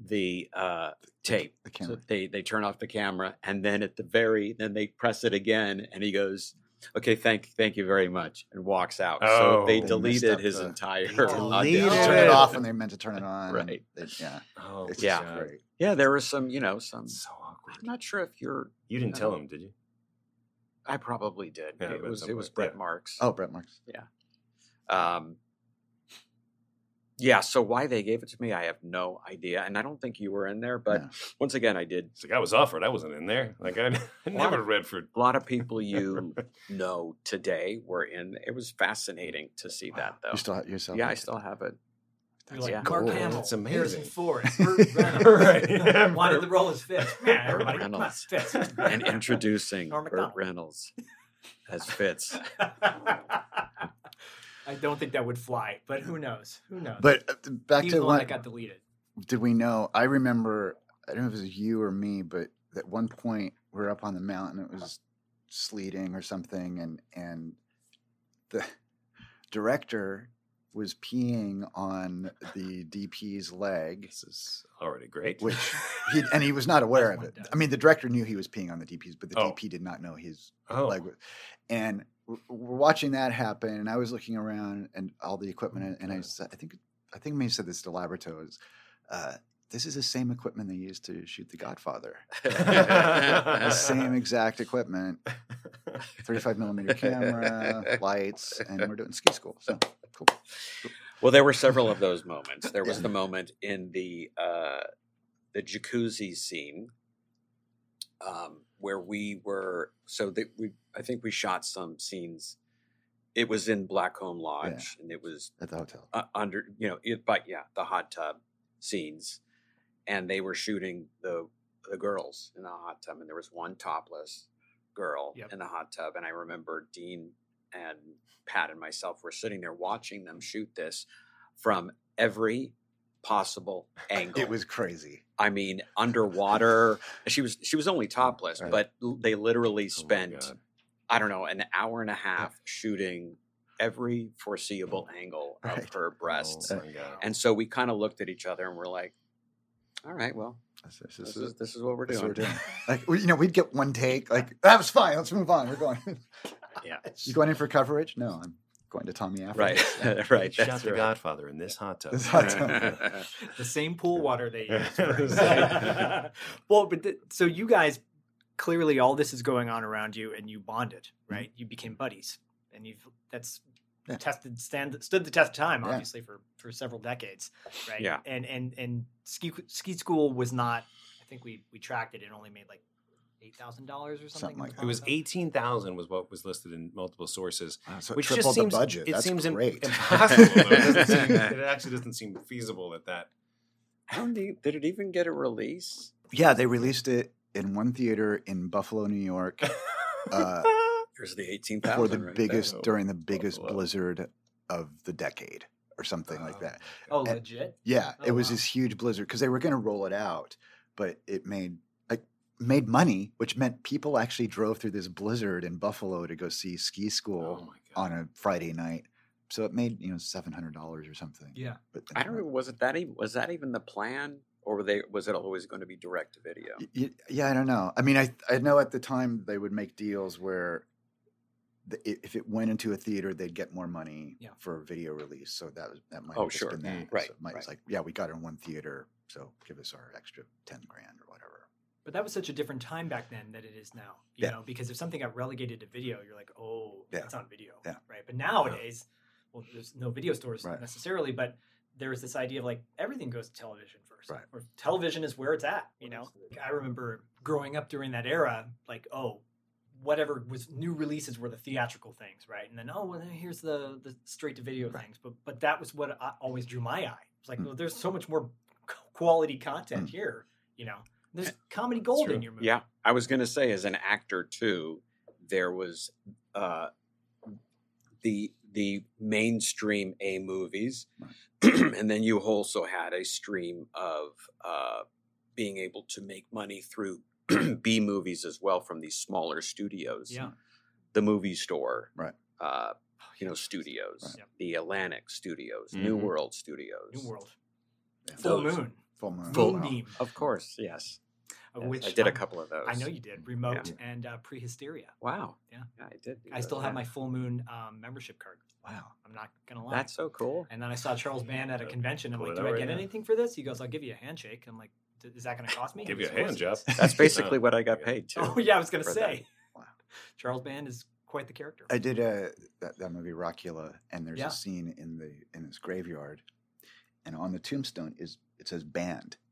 Speaker 2: the uh, tape.
Speaker 1: The
Speaker 2: So
Speaker 1: camera.
Speaker 2: they they turn off the camera, and then at the very then they press it again, and he goes. Okay, thank thank you very much, and walks out. so
Speaker 4: Oh. They
Speaker 2: they
Speaker 4: messed
Speaker 2: deleted
Speaker 1: up
Speaker 2: his
Speaker 1: the-
Speaker 2: entire.
Speaker 4: deleted
Speaker 2: audition.
Speaker 4: Yeah.
Speaker 1: Turn it
Speaker 4: Yeah.
Speaker 1: off when they meant to turn it on. and
Speaker 2: Right.
Speaker 1: they- yeah.
Speaker 4: Oh,
Speaker 1: It's
Speaker 2: Yeah.
Speaker 1: yeah.
Speaker 4: God.
Speaker 1: Great.
Speaker 2: Yeah, there were some, you know, some.
Speaker 4: So awkward.
Speaker 2: I'm not sure if you're.
Speaker 4: You didn't
Speaker 2: No.
Speaker 4: tell him, did you?
Speaker 2: I probably did.
Speaker 4: Yeah,
Speaker 2: it
Speaker 4: but
Speaker 2: was
Speaker 4: some
Speaker 2: it was
Speaker 4: point,
Speaker 2: Brett
Speaker 4: yeah.
Speaker 2: Marks.
Speaker 1: Oh, Brett Marks.
Speaker 2: Um, yeah. So why they gave it to me, I have no idea, and I don't think you were in there. But
Speaker 1: No.
Speaker 2: once again, I did.
Speaker 4: It's like I was offered. I wasn't in there. Like I, I never
Speaker 2: What?
Speaker 4: read for.
Speaker 2: A lot of people you know today were in. It was fascinating to see that, though.
Speaker 1: You still have yourself.
Speaker 2: yeah, I still have it.
Speaker 5: You're like
Speaker 2: yeah.
Speaker 5: Mark
Speaker 1: cool.
Speaker 5: Hamill,
Speaker 4: That's
Speaker 5: Harrison
Speaker 4: amazing.
Speaker 5: Ford, Burt Reynolds.
Speaker 4: Right, yeah,
Speaker 5: Wanted
Speaker 4: Burt-
Speaker 5: to roll his fist. Man, everybody come on,
Speaker 2: Reynolds.
Speaker 5: fist.
Speaker 2: And introducing
Speaker 5: Norm
Speaker 2: Burt
Speaker 5: Macdonald.
Speaker 2: Reynolds as Fitz.
Speaker 5: I don't think that would fly, but who knows? Who knows?
Speaker 1: But uh, back
Speaker 5: he's
Speaker 1: to
Speaker 5: the one
Speaker 1: one.
Speaker 5: that got deleted.
Speaker 1: did we know? I remember. I don't know if it was you or me, but at one point we were up on the mountain. It was sleeting or something, and and the director was peeing on the DP's leg,
Speaker 4: This is already great.
Speaker 1: which he and he was not aware of
Speaker 5: one
Speaker 1: it.
Speaker 5: does.
Speaker 1: I mean, the director knew he was peeing on the DP's, but the
Speaker 4: Oh.
Speaker 1: DP did not know his
Speaker 4: Oh.
Speaker 1: leg was. And we're, we're watching that happen, and I was looking around and all the equipment, and I, said, I think I think May said this to Labrato is, uh, this is the same equipment they used to shoot The Godfather. the same exact equipment, 35 millimeter camera, lights, and we're doing ski school. So cool.
Speaker 2: Well, there were several of those moments. There was the moment in the uh, the jacuzzi scene um, where we were. So that we, I think we shot some scenes. It was in Blackcomb Lodge, and it was
Speaker 1: at the hotel
Speaker 2: uh, under you know, it, but yeah, the hot tub scenes, and they were shooting the the girls in the hot tub, and there was one topless girl
Speaker 5: Yep.
Speaker 2: in the hot tub, and I remember Dean and Pat and myself were sitting there watching them shoot this from every possible angle.
Speaker 1: It was crazy. Oh
Speaker 2: I mean, underwater. She was she was only topless,
Speaker 1: Right. Oh
Speaker 2: but l- they literally spent I don't know an hour and a half shooting every foreseeable angle of
Speaker 1: Right.
Speaker 2: her breasts,
Speaker 4: Oh my God.
Speaker 2: and so we kind of looked at each other and we're like, "All right, well,
Speaker 1: This,
Speaker 2: this is this is what we're
Speaker 1: that's
Speaker 2: doing."
Speaker 1: what we're doing. Like, we- you know, we'd get one take. Like, that was fine. Let's move on. We're going.
Speaker 2: yeah,
Speaker 1: you going in for coverage? No, I'm going to Tommy after.
Speaker 2: right, right.
Speaker 4: Shot
Speaker 2: that's
Speaker 4: the
Speaker 2: right.
Speaker 4: Godfather in this hot tub.
Speaker 1: This hot tub.
Speaker 5: the same pool water they use. for-
Speaker 4: Right.
Speaker 5: well, but th- so you guys clearly all this is going on around you, and you bonded, right? You became buddies, and you've that's
Speaker 1: Mm-hmm. Yeah.
Speaker 5: tested stand stood the test of time,
Speaker 1: Yeah.
Speaker 5: obviously for for several decades, right?
Speaker 2: Yeah.
Speaker 5: and and and ski ski school was not. I think we we tracked it. It only made like eight thousand dollars or something.
Speaker 1: Something like
Speaker 5: along
Speaker 1: that.
Speaker 4: It was
Speaker 5: those-
Speaker 4: eighteen thousand was what was listed in multiple sources,
Speaker 1: Wow, Uh, so it
Speaker 4: which
Speaker 1: tripled
Speaker 4: just
Speaker 1: the
Speaker 4: seems
Speaker 1: budget.
Speaker 4: It
Speaker 1: That's
Speaker 4: seems im-
Speaker 1: great.
Speaker 4: impossible. though. It, doesn't seem, it actually doesn't seem feasible that that.
Speaker 2: I don't think- did it even get a release?
Speaker 1: Yeah, they released it in one theater in Buffalo, New York,
Speaker 4: Oh
Speaker 1: uh,
Speaker 2: There's the eighteen
Speaker 1: for
Speaker 2: thousand.
Speaker 1: the biggest
Speaker 4: there.
Speaker 1: during the biggest
Speaker 4: Buffalo.
Speaker 1: blizzard of the decade or something like that.
Speaker 5: Oh,
Speaker 1: and-
Speaker 5: legit.
Speaker 1: Yeah,
Speaker 5: Oh,
Speaker 1: it was
Speaker 5: wow.
Speaker 1: this huge blizzard because they were going to roll it out, but it made like made money, which meant people actually drove through this blizzard in Buffalo to go see ski
Speaker 4: Oh
Speaker 1: school
Speaker 4: my
Speaker 1: on
Speaker 4: god!
Speaker 1: a Friday night. So it made you know seven hundred dollars or something.
Speaker 5: Yeah.
Speaker 1: But
Speaker 2: I don't know. Was it that even? Was that even the plan, or were they? Was it always going to be direct to video?
Speaker 1: Y- y- Yeah, I don't know. I mean, I I know at the time they would make deals where the, i- if it went into a theater, they'd get more money
Speaker 5: Yeah.
Speaker 1: for video release. So that was that might
Speaker 2: Oh,
Speaker 1: have just
Speaker 2: sure.
Speaker 1: been that.
Speaker 2: Mm, right,
Speaker 1: So it might it's
Speaker 2: right.
Speaker 1: like yeah, we got it in one theater, so give us our extra ten grand or whatever.
Speaker 5: But that was such a different time back then that it is now. You
Speaker 1: Yeah.
Speaker 5: know, because if something got relegated to video, you're like, oh,
Speaker 1: Yeah.
Speaker 5: that's on video.
Speaker 1: Yeah.
Speaker 5: Right. But nowadays, well, there's no video stores
Speaker 1: Right.
Speaker 5: necessarily, but there is this idea of like everything goes to television first.
Speaker 1: Right.
Speaker 5: Or television is where it's at, you know. Like, I remember growing up during that era, like, oh, whatever was new releases were the theatrical things, right? And then oh, well, then here's the the straight to video
Speaker 1: Right.
Speaker 5: things. But but that was what I always drew my eye. It's like,
Speaker 1: Mm.
Speaker 5: well, there's so much more quality content
Speaker 1: Mm.
Speaker 5: here, you know. There's comedy gold in
Speaker 4: true.
Speaker 5: your movie.
Speaker 2: Yeah, I was going to say as an actor too, there was uh, the the mainstream A movies, and then you also had a stream of uh, being able to make money through B movies as well from these smaller studios.
Speaker 5: Yeah.
Speaker 2: the movie store,
Speaker 1: Right.
Speaker 2: Uh, you know, studios,
Speaker 1: Right.
Speaker 5: Yep.
Speaker 2: the Atlantic Studios, New
Speaker 4: Mhm.
Speaker 2: World Studios,
Speaker 5: Mm-hmm. New World.
Speaker 1: Yeah.
Speaker 5: Full
Speaker 2: Those-
Speaker 5: Moon.
Speaker 1: Full moon.
Speaker 5: Moonbeam.
Speaker 2: Of course, yes.
Speaker 5: of
Speaker 2: Yes,
Speaker 5: Which
Speaker 2: I did a
Speaker 5: I'm-
Speaker 2: couple of those.
Speaker 5: I know you did. Remote and uh, Prehysteria.
Speaker 2: Wow.
Speaker 5: Yeah.
Speaker 2: I did. do
Speaker 5: I still
Speaker 2: those,
Speaker 5: have
Speaker 2: yeah.
Speaker 5: my Full Moon um, membership card.
Speaker 1: Wow.
Speaker 5: I'm not going to lie.
Speaker 2: That's so cool.
Speaker 5: and then I saw Charles Band at a
Speaker 4: Uh,
Speaker 5: convention. I'm
Speaker 4: pull
Speaker 5: like,
Speaker 4: it
Speaker 5: do
Speaker 4: out
Speaker 5: I
Speaker 4: right
Speaker 5: get
Speaker 4: now.
Speaker 5: anything for this? He goes, I'll give you a handshake. I'm like, "D- is that going to cost me?
Speaker 4: Give
Speaker 5: He
Speaker 4: you a
Speaker 5: goes, "Of
Speaker 4: hand
Speaker 5: course
Speaker 4: job.
Speaker 5: it is."
Speaker 2: That's basically what I got
Speaker 4: Yeah.
Speaker 2: paid to.
Speaker 5: Oh, yeah, I was going to
Speaker 2: for
Speaker 5: say.
Speaker 1: Wow.
Speaker 5: Charles Band is quite the character.
Speaker 1: I did uh that, that movie Rockula, and there's
Speaker 5: Yeah.
Speaker 1: a scene in the in his graveyard, and on the tombstone is it says banned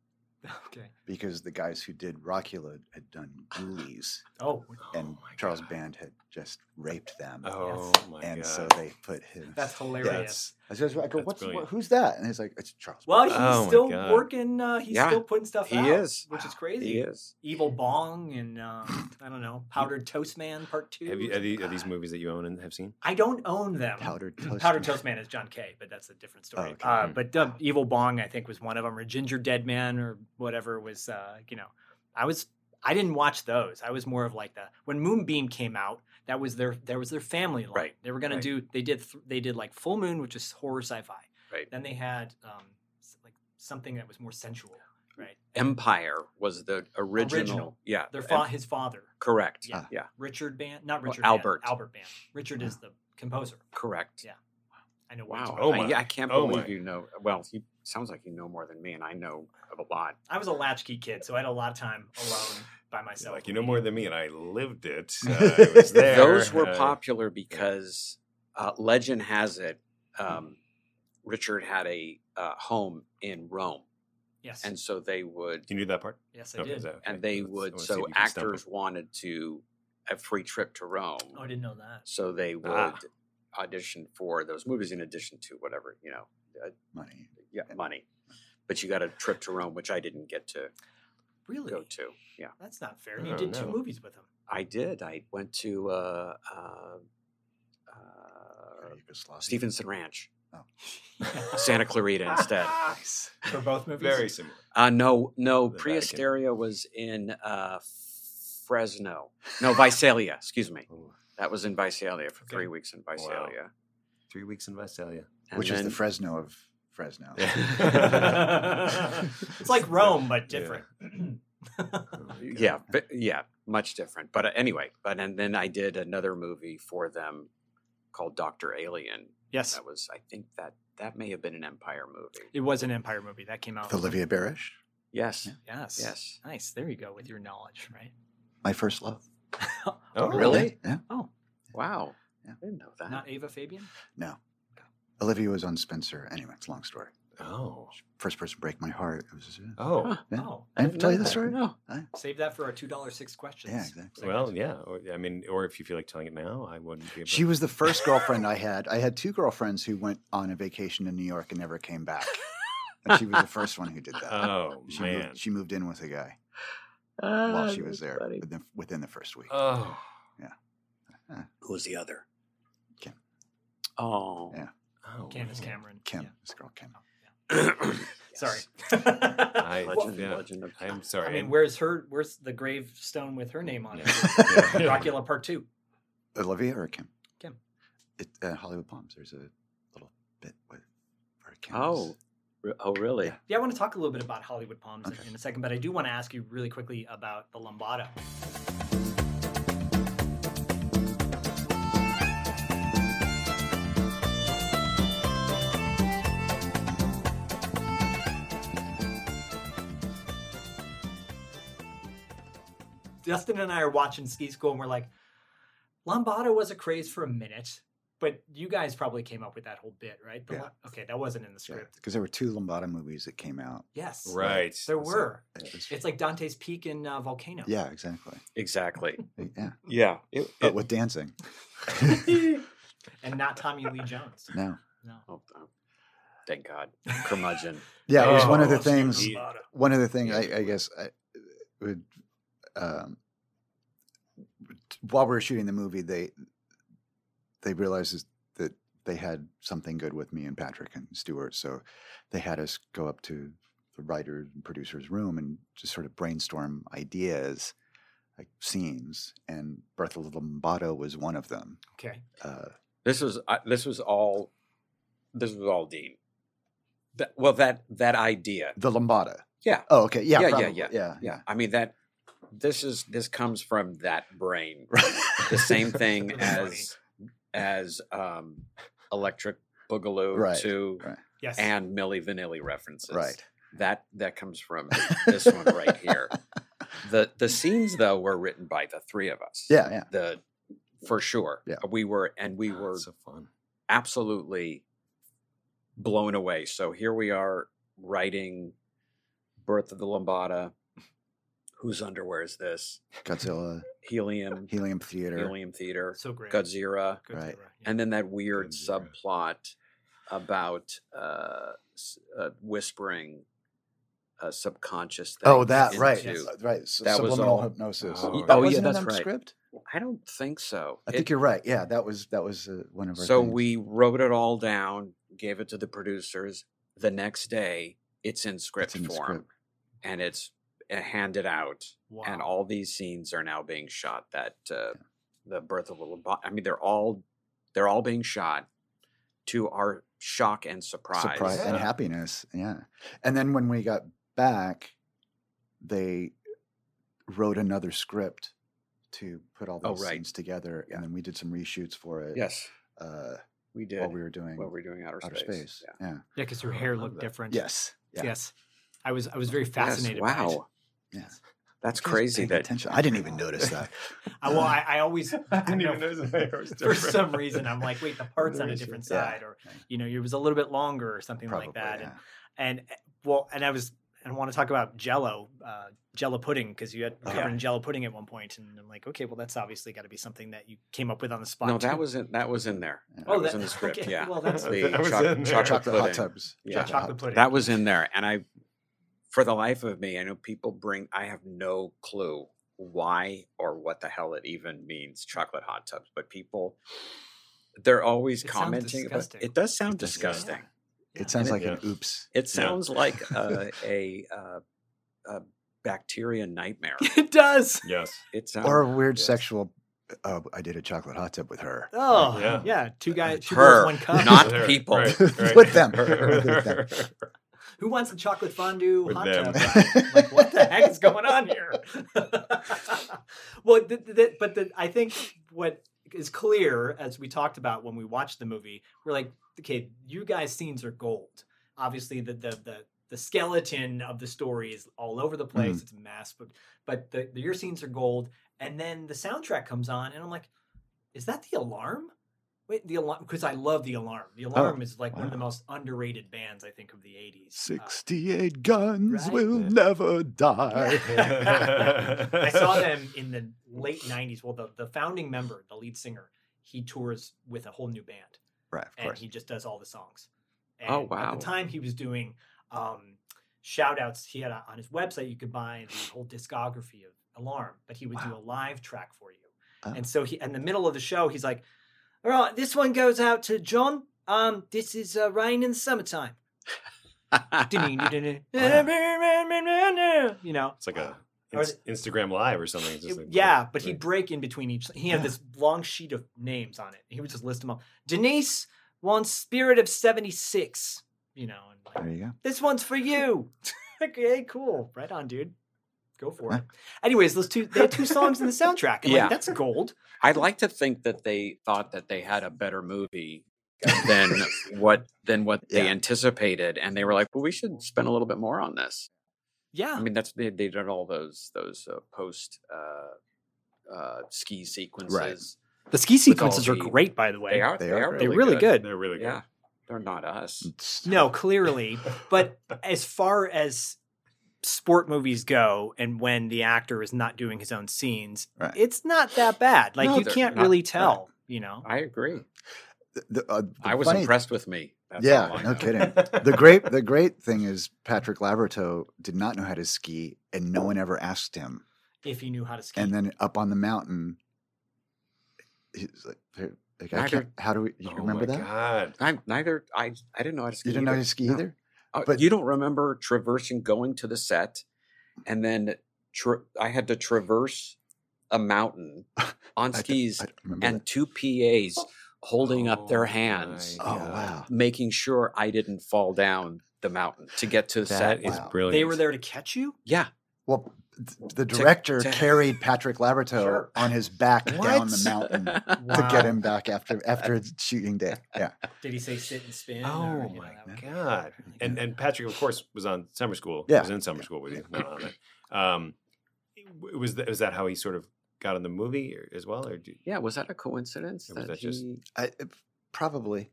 Speaker 5: okay.
Speaker 1: because the guys who did Rockula had done Ghoulies,
Speaker 5: Oh,
Speaker 1: and
Speaker 4: my
Speaker 1: Charles
Speaker 4: God.
Speaker 1: Band had just raped them.
Speaker 4: Oh my
Speaker 1: and
Speaker 4: god!
Speaker 1: so they put him.
Speaker 5: that's hilarious.
Speaker 1: I just I go, what's
Speaker 4: That's
Speaker 1: what,
Speaker 4: brilliant.
Speaker 1: who's that? And he's like, it's Charles.
Speaker 5: Well, he's
Speaker 4: Oh my
Speaker 5: still
Speaker 4: God.
Speaker 5: working. Uh, he's
Speaker 2: Yeah,
Speaker 5: still putting stuff
Speaker 2: he
Speaker 5: out.
Speaker 2: is.
Speaker 5: Which is
Speaker 2: Wow.
Speaker 5: crazy.
Speaker 2: He is.
Speaker 5: Evil Bong and um, I don't know Powdered Toast Man Part Two.
Speaker 4: have you are, the, are these movies that you own and have seen?
Speaker 5: I don't own them.
Speaker 1: Powdered Toast
Speaker 5: Powdered
Speaker 1: Man.
Speaker 5: Toast Man is John Kay, but that's a different story.
Speaker 1: Oh, okay.
Speaker 5: uh,
Speaker 4: Mm.
Speaker 5: but um, Evil Bong, I think, was one of them, or Ginger Dead Man, or whatever was. Uh, you know, I was. I didn't watch those. I was more of like the when Moonbeam came out. That was their. There was their family line.
Speaker 2: Right.
Speaker 5: They were gonna
Speaker 4: Right.
Speaker 5: do. They did. Th- they did like Full Moon, which is horror sci-fi.
Speaker 2: Right.
Speaker 5: Then they had um, s- like something that was more sensual. Right.
Speaker 2: Empire was the original.
Speaker 5: Original.
Speaker 2: Yeah.
Speaker 5: Their
Speaker 2: em-
Speaker 5: fa- his father,
Speaker 2: correct.
Speaker 5: Yeah.
Speaker 2: yeah.
Speaker 5: Richard Band, not
Speaker 2: Well,
Speaker 5: Richard
Speaker 2: Albert.
Speaker 5: Band, Albert Band. Richard is the composer.
Speaker 2: Correct.
Speaker 5: Yeah. I know. way
Speaker 2: Wow.
Speaker 5: too
Speaker 2: Oh
Speaker 5: much.
Speaker 2: my. Yeah, I can't
Speaker 4: Oh
Speaker 2: believe
Speaker 4: my.
Speaker 2: you know. Well, you sounds like you know more than me, and I know of a lot.
Speaker 5: I was a latchkey kid, so I had a lot of time alone by myself.
Speaker 4: Like you know more than me, and I lived it. Uh, I was there.
Speaker 2: Those were
Speaker 4: Uh,
Speaker 2: popular because uh, legend has it um, Richard had a uh, home in Rome,
Speaker 5: Yes.
Speaker 2: and so they would
Speaker 4: You knew that part.
Speaker 5: yes, I
Speaker 4: Okay,
Speaker 5: did.
Speaker 4: so- okay.
Speaker 2: and they
Speaker 4: Let's- I
Speaker 2: would
Speaker 4: wanna see
Speaker 2: so
Speaker 4: if you can stump
Speaker 2: actors wanted to a free trip to Rome,
Speaker 5: Oh, I didn't know that.
Speaker 2: so they would
Speaker 4: Ah.
Speaker 2: audition for those movies in addition to whatever you know, uh,
Speaker 1: money.
Speaker 2: yeah, money. But you got a trip to Rome, which I didn't get to
Speaker 5: Really?
Speaker 2: go to. Yeah,
Speaker 5: That's not fair.
Speaker 4: Oh,
Speaker 5: You did two
Speaker 4: no.
Speaker 5: movies with him.
Speaker 2: I did. I went to uh, uh,
Speaker 1: Uh,
Speaker 2: uh,
Speaker 1: Yugoslavia.
Speaker 2: Stevenson Ranch,
Speaker 1: Oh.
Speaker 2: Santa Clarita instead.
Speaker 4: Nice.
Speaker 5: For both movies?
Speaker 4: Very similar.
Speaker 2: Uh, no, no.
Speaker 4: The
Speaker 2: Prius
Speaker 4: Vatican.
Speaker 2: Stereo was in uh, Fresno. No, Visalia. excuse me. That was in Visalia for three
Speaker 4: Okay.
Speaker 2: weeks in Visalia.
Speaker 4: Three weeks in Visalia.
Speaker 2: And
Speaker 1: which is the
Speaker 2: then-
Speaker 1: Fresno of Fresno.
Speaker 5: it's like Rome, but
Speaker 4: Yeah.
Speaker 5: different.
Speaker 2: yeah, but, yeah, much different. But uh, anyway, but and then I did another movie for them called Doctor Alien.
Speaker 5: yes,
Speaker 2: That was, I think that that may have been an Empire movie.
Speaker 5: it was an Empire movie that came out.
Speaker 1: With Olivia Barish,
Speaker 2: Yes,
Speaker 5: Yes.
Speaker 2: yes.
Speaker 5: Nice. There you go with your knowledge, right?
Speaker 1: my first love.
Speaker 4: Oh,
Speaker 2: Really?
Speaker 1: Yeah.
Speaker 5: Oh,
Speaker 2: Wow,
Speaker 1: Yeah.
Speaker 2: I didn't know that.
Speaker 5: not Ava Fabian?
Speaker 1: No. Olivia was on Spencer. Anyway, it's a long story.
Speaker 4: Oh.
Speaker 1: First person to break my heart. It was,
Speaker 4: Oh.
Speaker 1: Yeah.
Speaker 5: Oh,
Speaker 1: I didn't tell you the
Speaker 2: that.
Speaker 1: story.
Speaker 2: No.
Speaker 5: save that for our $2.06 questions.
Speaker 1: Yeah, exactly.
Speaker 4: Well, yeah. Or, I mean, or if you feel like telling it now, I wouldn't. Be able
Speaker 1: She was the first girlfriend I had. I had two girlfriends who went on a vacation to New York and never came back. And she was the first one who did that.
Speaker 4: Oh
Speaker 1: uh, she
Speaker 4: man. Ah,
Speaker 1: Moved, she moved in with a guy while she was there within, within the first week.
Speaker 4: oh.
Speaker 2: Who was the other?
Speaker 1: Kim.
Speaker 2: Oh,
Speaker 1: Yeah.
Speaker 4: Oh.
Speaker 5: Candace
Speaker 4: man.
Speaker 5: Cameron.
Speaker 1: Kim,
Speaker 5: Yeah.
Speaker 1: this girl Kim.
Speaker 5: Sorry.
Speaker 4: I,
Speaker 5: Well,
Speaker 2: Legend,
Speaker 4: yeah,
Speaker 2: legend of-
Speaker 4: I'm
Speaker 5: I
Speaker 4: sorry.
Speaker 5: mean, where's her? Where's the gravestone with her name on it?
Speaker 4: Yeah.
Speaker 5: Dracula Part Two.
Speaker 1: Olivia Uh, or Kim?
Speaker 5: Kim.
Speaker 1: It, uh, Hollywood Palms. There's a little bit with where Kim
Speaker 2: Oh,
Speaker 1: is.
Speaker 2: re- oh, really?
Speaker 1: Yeah.
Speaker 5: Yeah, I want to talk a little bit about Hollywood Palms
Speaker 1: Okay.
Speaker 5: in a second, but I do want to ask you really quickly about the Lombada. Dustin and I are watching Ski School, and we're like, Lombada was a craze for a minute, but you guys probably came up with that whole bit, right? The
Speaker 1: Yeah.
Speaker 5: Lo- okay, that wasn't in the
Speaker 1: Yeah,
Speaker 5: script.
Speaker 1: because there were two Lombada movies that came out.
Speaker 5: Yes.
Speaker 4: Right.
Speaker 5: There
Speaker 4: So-
Speaker 5: were.
Speaker 1: It was-
Speaker 5: It's like Dante's Peak in uh, Volcano.
Speaker 1: yeah, exactly.
Speaker 2: Exactly.
Speaker 1: Yeah,
Speaker 2: Yeah. It,
Speaker 1: but
Speaker 2: it-
Speaker 1: with dancing.
Speaker 5: and not Tommy Lee Jones.
Speaker 1: No.
Speaker 5: No.
Speaker 2: oh, oh, thank God, curmudgeon.
Speaker 1: Yeah, it was one of the
Speaker 4: Oh,
Speaker 1: things.
Speaker 4: yeah.
Speaker 1: One of the things
Speaker 4: Yeah,
Speaker 1: I, I guess I would, um, while we were shooting the movie, they they realized is that they had something good with me and Patrick and Stuart, so they had us go up to the writer and producer's room and just sort of brainstorm ideas, like scenes, and Bertha Lombardo was one of them.
Speaker 5: Okay.
Speaker 1: Uh,
Speaker 2: This was I this was all this was all Dean. That, well, that that idea.
Speaker 1: the Lombada.
Speaker 2: Yeah.
Speaker 1: Oh, okay. Yeah.
Speaker 2: Yeah, yeah,
Speaker 1: probably.
Speaker 2: yeah.
Speaker 1: yeah.
Speaker 2: Yeah. I mean that. This is this comes from that brain. The same thing as as um, Electric Boogaloo
Speaker 1: Right,
Speaker 2: to
Speaker 1: right.
Speaker 5: Yes.
Speaker 2: and Milli Vanilli references.
Speaker 1: Right.
Speaker 2: That that comes from this one right here. The the scenes though were written by the three of us.
Speaker 1: Yeah. Yeah.
Speaker 2: The for sure.
Speaker 1: Yeah.
Speaker 2: We were and we
Speaker 4: Oh,
Speaker 2: were
Speaker 4: so fun.
Speaker 2: absolutely blown away. So here we are writing Birth of the Lombada. Whose underwear is this?
Speaker 1: Godzilla,
Speaker 2: Helium,
Speaker 1: Helium Theater.
Speaker 2: Helium Theater,
Speaker 5: so great.
Speaker 2: Godzilla,
Speaker 5: Good
Speaker 1: Right.
Speaker 5: Zebra, yeah.
Speaker 2: and then that weird
Speaker 4: Godzilla.
Speaker 2: subplot about uh, s- uh, whispering uh, subconscious.
Speaker 1: Oh,
Speaker 2: things
Speaker 1: that right,
Speaker 2: into-
Speaker 1: That's right. So
Speaker 2: That was
Speaker 1: subliminal
Speaker 2: all-
Speaker 1: hypnosis.
Speaker 4: Oh,
Speaker 1: That
Speaker 2: yeah,
Speaker 1: wasn't in
Speaker 2: that's
Speaker 1: the
Speaker 2: right.
Speaker 1: Script?
Speaker 2: I don't think so.
Speaker 1: I
Speaker 2: It-
Speaker 1: think you're right. Yeah, that was that was uh, one of our.
Speaker 2: So
Speaker 1: things.
Speaker 2: we wrote it all down, gave it to the producers. The next day, it's in script
Speaker 1: in the
Speaker 2: form,
Speaker 1: script.
Speaker 2: and it's uh, handed out.
Speaker 5: wow.
Speaker 2: And all these scenes are now being shot. That uh, the birth of a little. Bo- I mean, they're all they're all being shot to our shock and surprise.
Speaker 1: surprise and
Speaker 4: Yeah.
Speaker 1: happiness. Yeah, and then when we got back, they wrote another script to put all
Speaker 2: Oh,
Speaker 1: those
Speaker 2: right.
Speaker 1: scenes together,
Speaker 2: Yeah.
Speaker 1: and then we did some reshoots for it.
Speaker 2: Yes.
Speaker 1: uh,
Speaker 2: We did
Speaker 1: while we were doing
Speaker 2: while we were doing outer,
Speaker 1: outer
Speaker 2: space.
Speaker 1: space. Yeah. Yeah,
Speaker 5: Yeah, because her hair looked different.
Speaker 1: Yes. Yeah.
Speaker 5: Yes. I was I was very fascinated. by it.
Speaker 2: Wow.
Speaker 1: Yes.
Speaker 2: That's crazy.
Speaker 1: Paying
Speaker 2: That
Speaker 1: attention. I didn't even notice that.
Speaker 5: I, well, I, I always I
Speaker 4: didn't
Speaker 5: know,
Speaker 4: even notice the hair was
Speaker 5: for
Speaker 4: different.
Speaker 5: some reason I'm like, wait, the part's on a
Speaker 4: Very true.
Speaker 5: different
Speaker 1: Yeah.
Speaker 5: side, or you know, it was a little bit longer or something
Speaker 1: Probably.
Speaker 5: like that.
Speaker 1: yeah.
Speaker 5: And and well, and I was and I want to talk about Jello, uh, Jello pudding because you had
Speaker 2: Oh,
Speaker 5: covered
Speaker 2: yeah.
Speaker 5: in Jello pudding at one point, and I'm like, okay, well, that's obviously got to be something that you came up with on the spot.
Speaker 2: no,
Speaker 5: too.
Speaker 2: that was in that was in there.
Speaker 1: Yeah.
Speaker 2: That
Speaker 5: Oh,
Speaker 2: was
Speaker 5: that-
Speaker 2: in the script.
Speaker 5: okay,
Speaker 2: Yeah.
Speaker 5: well, that's-
Speaker 2: the
Speaker 4: That was
Speaker 2: choc-
Speaker 4: in there.
Speaker 2: chocolate
Speaker 1: Chocolate hot
Speaker 2: pudding.
Speaker 1: tubs.
Speaker 2: Yeah.
Speaker 5: chocolate pudding.
Speaker 2: uh, That was in there, and I, for the life of me, I know people bring. I have no clue why or what the hell it even means, chocolate hot tubs. But people, they're always
Speaker 5: It sounds
Speaker 2: commenting. About,
Speaker 5: disgusting.
Speaker 2: it does sound
Speaker 1: It does, yeah.
Speaker 2: disgusting.
Speaker 1: It sounds like
Speaker 4: Yeah.
Speaker 1: an oops.
Speaker 2: It sounds like uh, a, uh a bacteria nightmare.
Speaker 5: it does.
Speaker 4: Yes.
Speaker 2: It sounds
Speaker 1: Or a weird
Speaker 2: Um, yes.
Speaker 1: sexual. Uh, I did a chocolate hot tub with her.
Speaker 5: Oh yeah,
Speaker 4: Yeah.
Speaker 5: two guys, two
Speaker 2: her,
Speaker 5: girls, one cup.
Speaker 2: not
Speaker 4: There,
Speaker 2: people.
Speaker 4: right, right.
Speaker 1: With them. With them.
Speaker 5: Who wants a chocolate fondue
Speaker 4: With
Speaker 5: hot
Speaker 4: them.
Speaker 5: tub? ride? like, what the heck is going on here? well, th- th- th- but the, I think what is clear, as we talked about when we watched the movie, we're like, okay, you guys' scenes are gold. Obviously, the the the, the skeleton of the story is all over the
Speaker 4: Mm.
Speaker 5: place. It's a mess, but but the, the your scenes are gold. And then the soundtrack comes on, and I'm like, is that the alarm? Wait, the alarm because I love the alarm.
Speaker 4: Oh,
Speaker 5: The alarm is like one of the
Speaker 1: wow.
Speaker 5: most underrated bands I think of the '80s. Uh,
Speaker 1: 68 guns
Speaker 5: Right?
Speaker 1: will
Speaker 4: Yeah.
Speaker 1: never die.
Speaker 5: Uh, I saw them in the late '90s. Well, the, the founding member, the lead singer, he tours with a whole new band,
Speaker 1: right, of
Speaker 5: and
Speaker 1: course.
Speaker 5: he just does all the songs. And
Speaker 2: Oh,
Speaker 5: At
Speaker 2: wow.
Speaker 5: the time, he was doing um, shout outs. He had a, on his website you could buy the whole discography of Alarm, but he would do a live track for you.
Speaker 1: Oh.
Speaker 5: And so he, in the middle of the show, he's like, "All right, this one goes out to John. Um, this is uh, Rain in the Summertime." you know,
Speaker 4: It's like a
Speaker 5: Or
Speaker 4: ins- Instagram live or something. It's just
Speaker 5: it-
Speaker 4: like-
Speaker 5: yeah, but he'd break in between each. He had this long sheet of names on it. He would just list them all. Denise wants Spirit of '76. You know, and
Speaker 1: there
Speaker 5: like,
Speaker 1: you go.
Speaker 5: this one's for you. okay, cool. Right on, dude. Go for it. Anyways, those two. They had two songs in the soundtrack. And
Speaker 2: Yeah.
Speaker 5: like, that's gold.
Speaker 2: I'd like to think that they thought that they had a better movie than what than what they
Speaker 1: Yeah.
Speaker 2: anticipated, and they were like, "Well, we should spend a little bit more on this."
Speaker 5: Yeah.
Speaker 2: I mean, that's they, they did all those those uh, post uh, uh, ski sequences.
Speaker 5: the ski sequences are
Speaker 2: the-
Speaker 5: great, by the way.
Speaker 2: They are
Speaker 1: They
Speaker 2: they,
Speaker 1: are
Speaker 2: are
Speaker 1: great.
Speaker 5: They're
Speaker 2: really,
Speaker 5: really good.
Speaker 4: They're really good.
Speaker 2: Yeah, they're not us.
Speaker 1: It's-
Speaker 5: No, clearly. But as far as sport movies go and when the actor is not doing his own scenes,
Speaker 1: Right.
Speaker 5: it's not that bad. Like
Speaker 2: No,
Speaker 5: you
Speaker 2: they're
Speaker 5: can't
Speaker 2: not
Speaker 5: really
Speaker 2: bad.
Speaker 5: tell, you know.
Speaker 2: I agree.
Speaker 1: The- the, uh, the
Speaker 2: I was
Speaker 1: funny-
Speaker 2: impressed with me. That's
Speaker 1: yeah,
Speaker 2: all I
Speaker 1: no
Speaker 2: know.
Speaker 1: kidding. The great, the great thing is Patrick Labrato did not know how to ski, and no one ever asked him.
Speaker 5: If you knew how to ski.
Speaker 1: And then up on the mountain, he's like, "Here, like, I
Speaker 2: Neither-
Speaker 1: can't, "How do we? You
Speaker 4: Oh
Speaker 1: remember
Speaker 4: my
Speaker 1: that?
Speaker 4: God.
Speaker 2: I'm neither. I I didn't know how to ski.
Speaker 1: You didn't know how
Speaker 2: either.
Speaker 1: to ski
Speaker 2: No.
Speaker 1: either?
Speaker 2: Uh,
Speaker 1: But-
Speaker 2: you don't remember traversing going to the set and then tra- I had to traverse a mountain
Speaker 1: I
Speaker 2: on
Speaker 1: d-
Speaker 2: skis
Speaker 1: I don't remember
Speaker 2: and
Speaker 1: that.
Speaker 2: two PAs holding up
Speaker 4: Oh
Speaker 2: their
Speaker 4: my
Speaker 2: hands,
Speaker 4: God.
Speaker 1: Oh wow!
Speaker 2: making sure I didn't fall down the mountain to get to the
Speaker 4: That
Speaker 2: set.
Speaker 4: is
Speaker 1: Wow.
Speaker 4: brilliant.
Speaker 5: they were there to catch you?
Speaker 2: yeah.
Speaker 1: Well, th- the
Speaker 2: To-
Speaker 1: director
Speaker 2: to-
Speaker 1: carried Patrick Labrato
Speaker 5: Sure.
Speaker 1: on his back down the
Speaker 2: What?
Speaker 1: mountain to
Speaker 5: Wow.
Speaker 1: get him back after after his shooting day. Yeah,
Speaker 5: Did he say sit and spin? or,
Speaker 4: Oh
Speaker 5: you know,
Speaker 4: my
Speaker 5: that would-
Speaker 4: God. And and Patrick, of course, was on summer school.
Speaker 1: Yeah.
Speaker 4: He was in summer school with you. Not on it. Um, w- was that, was that how he sort of got in the movie or- as well? Or do,
Speaker 2: Yeah. Was that a coincidence?
Speaker 4: Or was
Speaker 2: That
Speaker 4: that just-
Speaker 2: he-
Speaker 1: I, it- probably.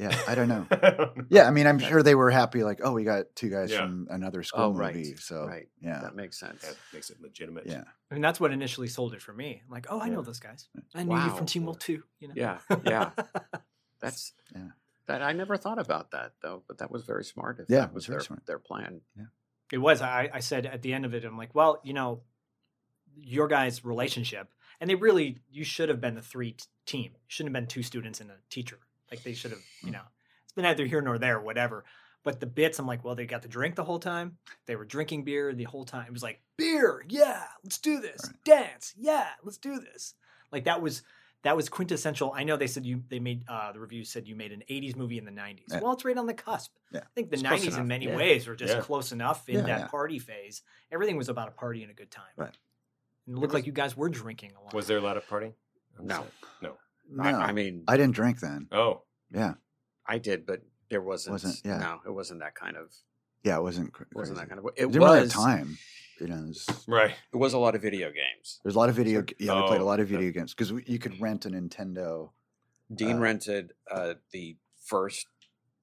Speaker 1: Yeah, I don't know.
Speaker 4: I don't know.
Speaker 1: Yeah, I mean, I'm sure they were happy. Like, oh, we got two guys
Speaker 4: Yeah.
Speaker 1: from another school
Speaker 2: Oh, right,
Speaker 1: movie. So
Speaker 2: right.
Speaker 1: yeah,
Speaker 2: That makes sense.
Speaker 4: That makes it legitimate.
Speaker 1: yeah.
Speaker 5: I mean that's what initially sold it for me. I'm like, oh I know those guys. I knew you
Speaker 2: Wow.
Speaker 5: from Team Wolf too, you know.
Speaker 2: Yeah. Yeah. That's
Speaker 1: Yeah.
Speaker 2: that I never thought about that though, but that was very smart. If
Speaker 1: Yeah,
Speaker 2: that
Speaker 1: it was
Speaker 2: was
Speaker 1: very
Speaker 2: their,
Speaker 1: smart.
Speaker 2: their plan.
Speaker 5: It was. I, I said at the end of it, I'm like, well, you know, your guys' relationship, and they really, you should have been the three t- team. You shouldn't have been two students and a teacher. Like they should have,
Speaker 2: Hmm.
Speaker 5: you know, it's been either here nor there, whatever. But the bits, I'm like, well, they got to drink the whole time. They were drinking beer the whole time. It was like beer, yeah, let's do this. Dance, yeah, let's do this. Like that was that was quintessential. I know they said you they made uh, the review said you made an '80s movie in the '90s.
Speaker 1: Yeah.
Speaker 5: Well, it's right on the cusp.
Speaker 1: Yeah.
Speaker 5: I think the
Speaker 2: It's close
Speaker 5: '90s in
Speaker 2: enough,
Speaker 5: many
Speaker 2: yeah.
Speaker 5: ways were just
Speaker 4: Yeah.
Speaker 5: close enough in
Speaker 1: Yeah,
Speaker 5: that
Speaker 1: yeah.
Speaker 5: party phase. Everything was about a party and a good time.
Speaker 1: Right.
Speaker 5: And it looked like you guys were drinking a lot.
Speaker 4: Was there a lot of partying? on
Speaker 2: No.
Speaker 4: set? No.
Speaker 1: No,
Speaker 2: I, I mean,
Speaker 1: I didn't drink then.
Speaker 4: Oh.
Speaker 1: Yeah.
Speaker 2: I did, but there wasn't.
Speaker 1: Wasn't- yeah.
Speaker 2: No, it wasn't that kind of.
Speaker 1: Yeah, it wasn't. Cr-
Speaker 2: Wasn't that
Speaker 1: crazy.
Speaker 2: kind of- it
Speaker 1: We didn't really have
Speaker 2: was-
Speaker 1: time. You know, it was-
Speaker 4: Right.
Speaker 2: It was a lot of video games.
Speaker 1: There's a lot of video. g- Yeah, we played a
Speaker 2: Oh,
Speaker 1: lot of video games because you
Speaker 4: Mm-hmm.
Speaker 1: could rent a Nintendo.
Speaker 2: Dean
Speaker 1: Uh,
Speaker 2: rented uh, the first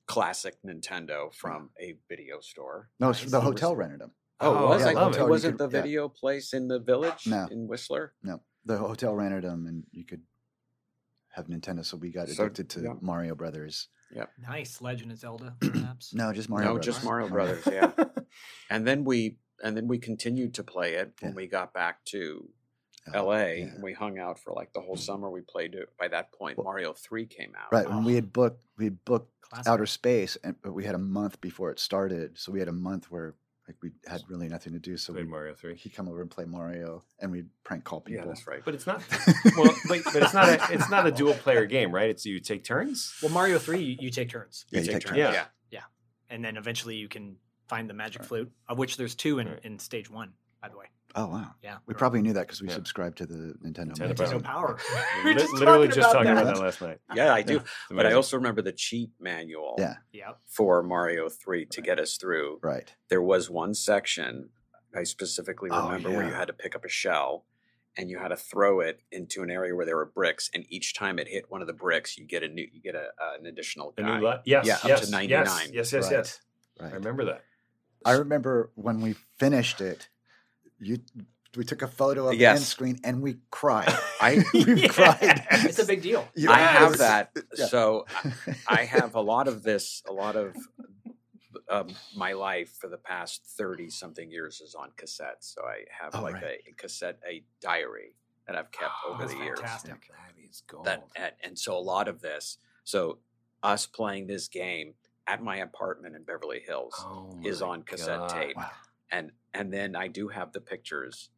Speaker 2: classic Nintendo from a video store.
Speaker 1: No, it's- the hotel rented them.
Speaker 2: Oh, it was
Speaker 1: Yeah,
Speaker 2: I
Speaker 1: the
Speaker 2: love
Speaker 1: hotel,
Speaker 2: it.
Speaker 1: you
Speaker 2: Wasn't
Speaker 1: could-
Speaker 2: the
Speaker 1: yeah.
Speaker 2: video place in the village
Speaker 1: No.
Speaker 2: in Whistler?
Speaker 1: No, the hotel rented them, and you could have Nintendo. So we got
Speaker 2: So,
Speaker 1: addicted to
Speaker 2: yeah.
Speaker 1: Mario Brothers.
Speaker 2: Yep.
Speaker 5: Nice Legend of Zelda, perhaps.
Speaker 1: No, just Mario.
Speaker 2: no,
Speaker 1: Brothers.
Speaker 2: just Mario Brothers. Yeah. and then we and then we continued to play it when
Speaker 1: Yeah.
Speaker 2: we got back to
Speaker 1: Uh,
Speaker 2: L.A.
Speaker 1: yeah.
Speaker 2: and we hung out for like the whole summer. We played it. By that point, Mario Three came out.
Speaker 1: Right,
Speaker 4: Oh,
Speaker 1: when we had booked, we had booked
Speaker 5: Classic.
Speaker 1: outer space, and but we had a month before it started, so we had a month where like we had really nothing to do. So
Speaker 4: Played
Speaker 1: we
Speaker 4: Mario 3.
Speaker 1: he'd come over and play Mario, and we'd prank call people.
Speaker 2: Yeah, that's right.
Speaker 4: But it's not well, but, but it's not a it's not a dual player game, right? It's you take turns.
Speaker 5: Well, Mario Three, you, you take turns,
Speaker 1: Yeah,
Speaker 2: You
Speaker 1: you
Speaker 2: take
Speaker 1: take
Speaker 2: turns.
Speaker 4: turns.
Speaker 2: yeah.
Speaker 5: and then eventually you can find the magic flute, of which there's two in, in stage one, by the way.
Speaker 1: Oh wow.
Speaker 5: Yeah,
Speaker 1: We probably knew that because we
Speaker 4: Yeah.
Speaker 1: subscribed to the Nintendo.
Speaker 4: Nintendo
Speaker 1: magazine.
Speaker 4: Power.
Speaker 5: Nintendo
Speaker 4: We
Speaker 5: Power. We were
Speaker 4: lit- literally just talking
Speaker 5: that.
Speaker 4: about that last night.
Speaker 2: Yeah, I do.
Speaker 1: Yeah.
Speaker 2: But I
Speaker 4: Amazing.
Speaker 2: also remember the cheat manual
Speaker 1: Yeah,
Speaker 5: Yep.
Speaker 2: for Mario 3 to get us through.
Speaker 1: right.
Speaker 2: There was one section I specifically
Speaker 1: Oh,
Speaker 2: remember where you
Speaker 1: yeah.
Speaker 2: had to pick up a shell and you had to throw it into an area where there were bricks and each time it hit one of the bricks you get a new you get a, uh, an additional
Speaker 4: A
Speaker 2: guy.
Speaker 4: new li- yes,
Speaker 2: yeah,
Speaker 4: yes,
Speaker 2: up to 99.
Speaker 4: Yes, yes, yes.
Speaker 1: Right.
Speaker 4: yes.
Speaker 1: Right.
Speaker 4: I remember that.
Speaker 1: I remember when we finished it, you we took a photo of the
Speaker 2: Yes.
Speaker 1: end screen and we cried.
Speaker 2: I
Speaker 1: we cried.
Speaker 5: It's a big deal.
Speaker 1: You-
Speaker 2: I have
Speaker 1: Yes.
Speaker 2: that.
Speaker 1: Yeah.
Speaker 2: So I have a lot of this, a lot of um, my life for the past 30 something years is on cassette. So I have
Speaker 1: Oh,
Speaker 2: like
Speaker 1: right.
Speaker 2: a cassette, a diary that I've kept over
Speaker 5: that's
Speaker 2: the years.
Speaker 5: fantastic.
Speaker 4: That is gold.
Speaker 2: That and, and so a lot of this, so us playing this game at my apartment in Beverly Hills
Speaker 4: Oh
Speaker 2: is
Speaker 4: my
Speaker 2: on cassette
Speaker 4: God.
Speaker 2: tape.
Speaker 1: Wow.
Speaker 2: And and then I do have the pictures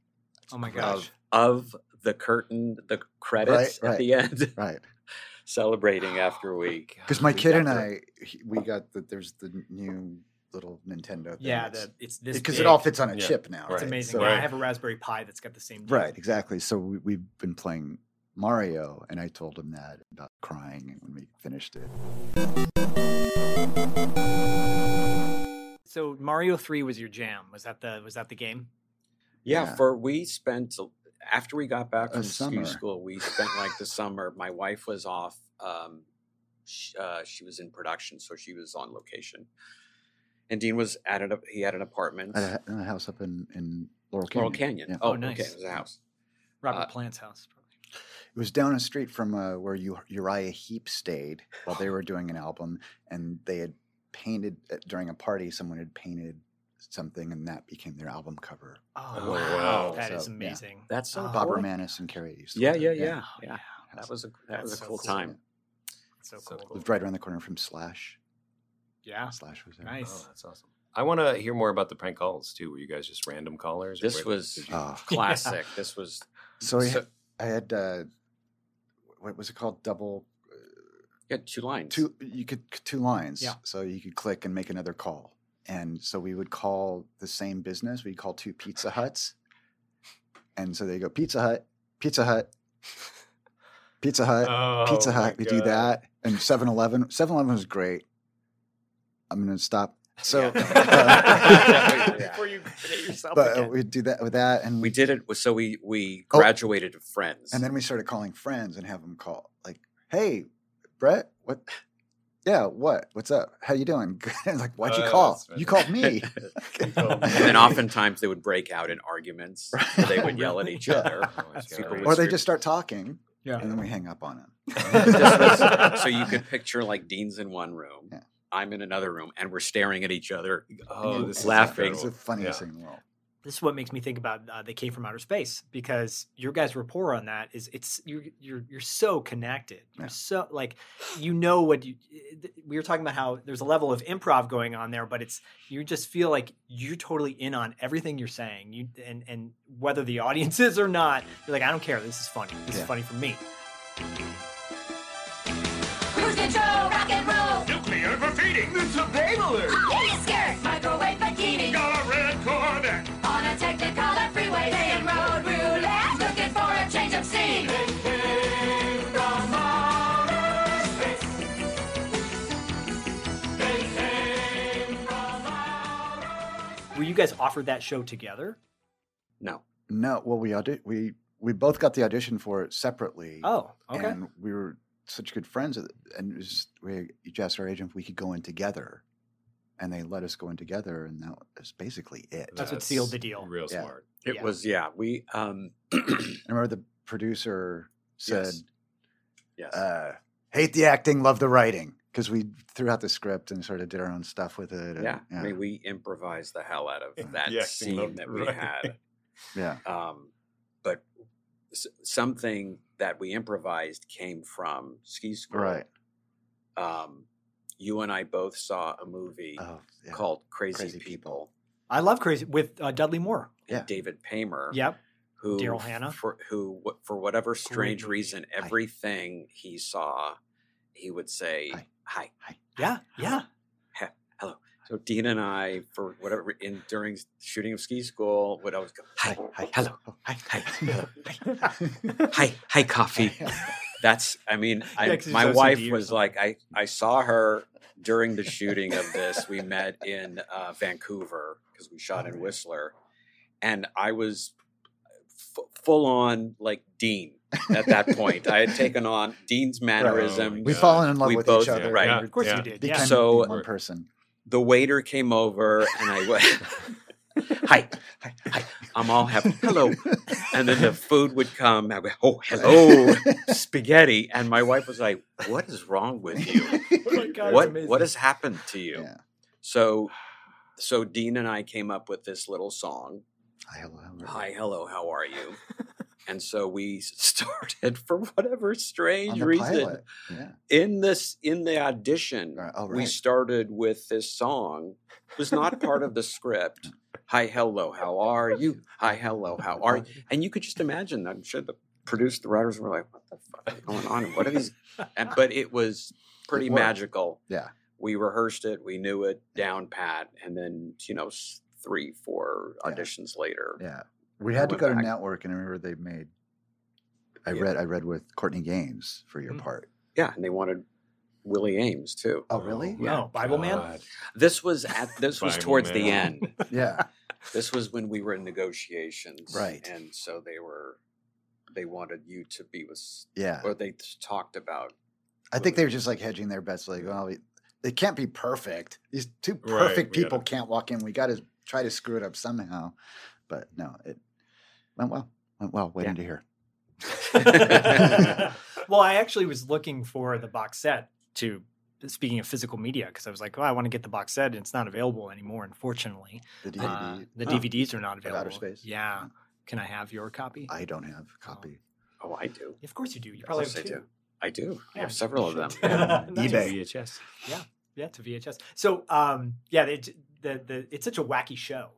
Speaker 5: Oh my gosh.
Speaker 2: of of the curtain, the credits at
Speaker 1: right.
Speaker 2: the end,
Speaker 1: Right.
Speaker 2: celebrating after
Speaker 4: Oh
Speaker 2: we
Speaker 1: Because my
Speaker 2: We
Speaker 1: kid
Speaker 2: got
Speaker 1: and
Speaker 2: the-
Speaker 1: I, he- we got the there's the n- new little Nintendo. Thing
Speaker 5: Yeah,
Speaker 1: that's-
Speaker 5: the, it's this
Speaker 1: because
Speaker 5: big.
Speaker 1: it all fits on a
Speaker 4: Yeah.
Speaker 1: chip now.
Speaker 5: It's
Speaker 1: right?
Speaker 5: amazing.
Speaker 1: So-
Speaker 5: Yeah, I
Speaker 4: Right.
Speaker 5: have a Raspberry Pi that's got the same. deal.
Speaker 1: Right, exactly. So we, we've been playing Mario, and I told him that about crying when we finished it.
Speaker 5: So Mario Three was your jam. Was that the was that the game?
Speaker 2: Yeah,
Speaker 1: Yeah.
Speaker 2: for we spent after we got back
Speaker 1: A
Speaker 2: from ski
Speaker 1: summer.
Speaker 2: school, we spent like the summer. My wife was off; um, sh uh, she was in production, so she was on location. And Dean was at an he had an apartment,
Speaker 1: At a, in a house up in, in Laurel Canyon.
Speaker 2: Laurel Canyon.
Speaker 1: Yeah.
Speaker 2: Oh,
Speaker 5: Oh, nice.
Speaker 2: okay, it was a house.
Speaker 5: Robert
Speaker 2: Uh,
Speaker 5: Plant's house. Probably.
Speaker 1: It was down the street from uh, where U- Uriah Heep stayed while they were doing an album, and they had painted uh, during a party. Someone had painted something, and that became their album cover.
Speaker 5: Oh,
Speaker 4: Oh,
Speaker 5: wow,
Speaker 4: wow.
Speaker 5: That is
Speaker 1: So, yeah.
Speaker 5: amazing.
Speaker 2: That's so
Speaker 5: Oh,
Speaker 1: Bob
Speaker 2: cool.
Speaker 1: Romanis and Carrie. used to
Speaker 2: Yeah,
Speaker 1: live
Speaker 2: yeah,
Speaker 1: there.
Speaker 2: yeah, yeah,
Speaker 5: Oh, yeah.
Speaker 2: That was a that was a
Speaker 5: That's so
Speaker 2: cool
Speaker 5: cool.
Speaker 2: time.
Speaker 5: So
Speaker 4: So
Speaker 5: cool.
Speaker 4: cool.
Speaker 1: Lived right around the corner from Slash.
Speaker 5: Yeah.
Speaker 1: Slash was there.
Speaker 4: Oh,
Speaker 5: Nice.
Speaker 4: that's awesome. I want to hear more about the prank calls too. Were you guys just random callers? or
Speaker 2: This
Speaker 4: what-
Speaker 2: was-
Speaker 4: did you-
Speaker 1: Ah.
Speaker 2: Classic. This was
Speaker 1: so I
Speaker 2: So-
Speaker 1: had, I had uh, what was it called? Double
Speaker 2: yeah two lines.
Speaker 1: two you could c- two lines
Speaker 5: Yeah.
Speaker 1: so you could click and make another call and so we would call the same business we'd call two pizza huts and so they go pizza hut pizza hut pizza hut pizza
Speaker 4: Oh,
Speaker 1: hut
Speaker 4: my
Speaker 1: we do
Speaker 4: God.
Speaker 1: that and 7-eleven 7-eleven was great i'm gonna stop so
Speaker 2: Yeah.
Speaker 1: uh,
Speaker 2: Before
Speaker 5: you hit yourself
Speaker 1: but uh, we'd do that with that and
Speaker 2: We did it. So we we
Speaker 1: mm. Oh.
Speaker 2: graduated to friends,
Speaker 1: And then we started calling friends and have them call, like, "Hey, Brett, what? Yeah, what? What's up? How you doing? Good." And like, why'd you
Speaker 4: Oh,
Speaker 1: call?
Speaker 4: that's
Speaker 1: You called me.
Speaker 4: called me.
Speaker 2: and then oftentimes they would break out in arguments.
Speaker 1: Right.
Speaker 2: or They would yell at each
Speaker 1: Yeah.
Speaker 2: other.
Speaker 4: Oh, my
Speaker 2: Super
Speaker 4: God.
Speaker 1: or they just start talking,
Speaker 5: Yeah.
Speaker 1: and then we hang up on them.
Speaker 2: This was- so you could picture like Dean's in one room,
Speaker 1: Yeah.
Speaker 2: I'm in another room, and we're staring at each other.
Speaker 4: Oh, this is
Speaker 2: laughing.
Speaker 1: It's
Speaker 4: incredible.
Speaker 1: the funniest
Speaker 4: Yeah.
Speaker 1: thing in the world.
Speaker 5: This is what makes me think about uh, they came from outer space because your guys' rapport on that is it's you're you're you're so connected. You're
Speaker 1: Yeah.
Speaker 5: so like you know what you. eh, We were talking about how there's a level of improv going on there, but it's you just feel like you're totally in on everything you're saying. You and and whether the audience is or not, you're like I don't care. This is funny. This
Speaker 1: Yeah.
Speaker 5: is funny for me.
Speaker 10: Cruise control, rock and roll.
Speaker 7: Nuclear graffiti. It's a babbler.
Speaker 10: Mini skirt, microwave bikini.
Speaker 7: Got a red Corvette.
Speaker 10: On a Technicolor freeway, playing road roulette. Looking for a change of scene. It came from outer space.
Speaker 5: were you guys offered that show together?
Speaker 2: No.
Speaker 1: No. Well, we audi- we we both got the audition for it separately.
Speaker 5: Oh, okay.
Speaker 1: And we were such good friends, and it was just, we each asked our agent if we could go in together, and they let us go in together, and that was basically it.
Speaker 5: That's what sealed the deal.
Speaker 4: Real
Speaker 1: Yeah.
Speaker 4: smart.
Speaker 2: It
Speaker 5: Yeah.
Speaker 2: was yeah. We um
Speaker 1: I remember the producer said,
Speaker 2: Yes. yes.
Speaker 1: uh, "Hate the acting, love the writing," because we threw out the script and sort of did our own stuff with it. and-
Speaker 2: yeah.
Speaker 1: yeah,
Speaker 2: I mean, we improvised the hell out of that
Speaker 4: Yeah, I
Speaker 2: scene
Speaker 4: love-
Speaker 2: that we
Speaker 4: right.
Speaker 2: had.
Speaker 1: yeah.
Speaker 2: Um, but s- something that we improvised came from Ski School.
Speaker 1: Right.
Speaker 2: Um, you and I both saw a movie
Speaker 1: Oh, yeah.
Speaker 2: called Crazy,
Speaker 1: Crazy
Speaker 2: People.
Speaker 5: I love Crazy with uh, Dudley Moore.
Speaker 2: and
Speaker 1: Yeah.
Speaker 2: David Paymer.
Speaker 5: Yep.
Speaker 2: Who
Speaker 5: Daryl Hannah.
Speaker 2: For who wh- for whatever strange
Speaker 1: movie.
Speaker 2: reason,
Speaker 1: Hi.
Speaker 2: everything he saw, he would say
Speaker 1: Hi.
Speaker 2: hi.
Speaker 5: Yeah. Yeah.
Speaker 2: So Dean and I, for whatever re- in during s- shooting of ski school, would always go hi, hi, hello, hi, hi, hello, hi, hi, hi, coffee. That's, I mean, I,
Speaker 6: Yeah, 'cause he's
Speaker 2: my
Speaker 6: OCD
Speaker 2: wife
Speaker 6: or
Speaker 2: was
Speaker 6: something.
Speaker 2: like, I, I saw her during the shooting of this. We met in uh, Vancouver because we shot in Whistler, and I was uh, f- full on like Dean at that point. I had taken on Dean's mannerisms.
Speaker 1: We've
Speaker 4: God.
Speaker 1: fallen in love
Speaker 2: We
Speaker 1: with
Speaker 2: both-
Speaker 1: each other.
Speaker 2: right.
Speaker 4: Yeah.
Speaker 1: We
Speaker 5: Of course
Speaker 4: Yeah.
Speaker 5: you did.
Speaker 1: Became
Speaker 5: Yeah.
Speaker 2: So-
Speaker 1: one person.
Speaker 2: the waiter came over and I went, hi, hi, hi, I'm all happy. Hello. And then the food would come. I went, oh, hello, spaghetti. And my wife was like, what is wrong with you?
Speaker 5: Oh my God, it's
Speaker 2: what,
Speaker 5: amazing.
Speaker 2: what has happened to you?
Speaker 1: Yeah.
Speaker 2: So, so Dean and I came up with this little song,
Speaker 1: Hi, hello, hello.
Speaker 2: hi, hello, how are you? And so we started for whatever
Speaker 1: On
Speaker 2: strange
Speaker 1: the
Speaker 2: reason
Speaker 1: pilot. Yeah.
Speaker 2: in this in the audition
Speaker 1: Right, oh,
Speaker 2: we
Speaker 1: right.
Speaker 2: started with this song It was not part of the script hi hello how are you hi hello how are you and you could just imagine i'm sure the producers the writers were like what the fuck is going on and what are these and, but it was pretty
Speaker 1: It worked.
Speaker 2: magical
Speaker 1: Yeah.
Speaker 2: we rehearsed it we knew it down pat and then you know s- three four
Speaker 1: Yeah.
Speaker 2: auditions later
Speaker 1: Yeah. We
Speaker 2: I
Speaker 1: had to
Speaker 2: went
Speaker 1: go to
Speaker 2: back.
Speaker 1: network and I remember they made I
Speaker 2: Yeah.
Speaker 1: read I read with Courtney Gaines for your
Speaker 5: Mm.
Speaker 1: part.
Speaker 2: yeah and they wanted willie ames too
Speaker 1: Oh really?
Speaker 5: No, Bible
Speaker 1: Oh,
Speaker 5: Man.
Speaker 4: God.
Speaker 2: this was at this was
Speaker 4: Bible
Speaker 2: towards the
Speaker 4: Man.
Speaker 2: end
Speaker 1: Yeah.
Speaker 2: this was when we were in negotiations
Speaker 1: Right.
Speaker 2: and so they were they wanted you to be with s-
Speaker 1: Yeah.
Speaker 2: or they t- talked about
Speaker 1: I
Speaker 2: uh
Speaker 1: think they were just like hedging their bets like, well, we, they can't be perfect. These two
Speaker 4: Right,
Speaker 1: perfect
Speaker 4: we
Speaker 1: people
Speaker 4: gotta-
Speaker 1: can't walk in. We gotta try to screw it up somehow. But no, it went well. Went well, waiting to hear.
Speaker 4: Uh.
Speaker 5: well, I actually was looking for the box set to speaking of physical media because I was like, oh, I want to get the box set, and it's not available anymore, unfortunately.
Speaker 1: The DVD.
Speaker 5: Uh, the
Speaker 2: Oh.
Speaker 5: DVDs are not
Speaker 1: Of Outer
Speaker 5: available.
Speaker 1: Space?
Speaker 5: Yeah.
Speaker 1: Oh.
Speaker 5: Can I have your copy?
Speaker 1: I don't have a copy.
Speaker 2: oh i do
Speaker 5: of course you do. You
Speaker 2: Of
Speaker 5: probably
Speaker 2: course
Speaker 5: have
Speaker 2: I
Speaker 5: two.
Speaker 2: do. i do i
Speaker 5: Yeah,
Speaker 2: have several of them
Speaker 5: shit.
Speaker 1: eBay.
Speaker 5: Nice.
Speaker 4: VHS.
Speaker 5: Yeah, to VHS. So, um, yeah, it, the the it's such a wacky show,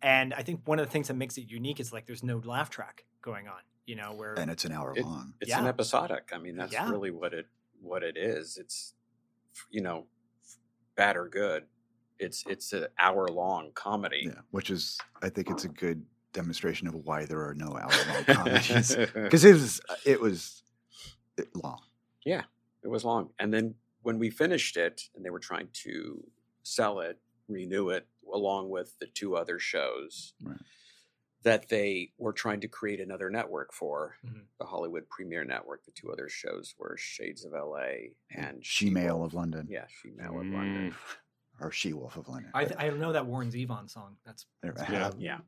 Speaker 5: and I think one of the things that makes it unique is like there's no laugh track going on. You know, where
Speaker 1: And it's an hour
Speaker 2: It-
Speaker 1: long.
Speaker 2: it's an
Speaker 5: Yeah.
Speaker 2: episodic i mean that's
Speaker 5: Yeah.
Speaker 2: really what it what it is it's you know bad or good it's it's an hour long comedy
Speaker 1: Yeah, which is I think it's a good demonstration of why there are no hour long comedies because it was it was uh, long.
Speaker 2: it was long and then when we finished it and they were trying to sell it renew it along with the two other shows
Speaker 1: Right.
Speaker 2: that they were trying to create another network for
Speaker 5: Mhm.
Speaker 2: the hollywood premiere network the two other shows were shades of la and
Speaker 1: She Male of London
Speaker 2: yeah she male of london
Speaker 1: or She Wolf of London.
Speaker 5: I
Speaker 1: right?
Speaker 5: th- I know that Warren Zevon song. That's
Speaker 1: There-
Speaker 4: Yeah.
Speaker 1: um,
Speaker 2: yeah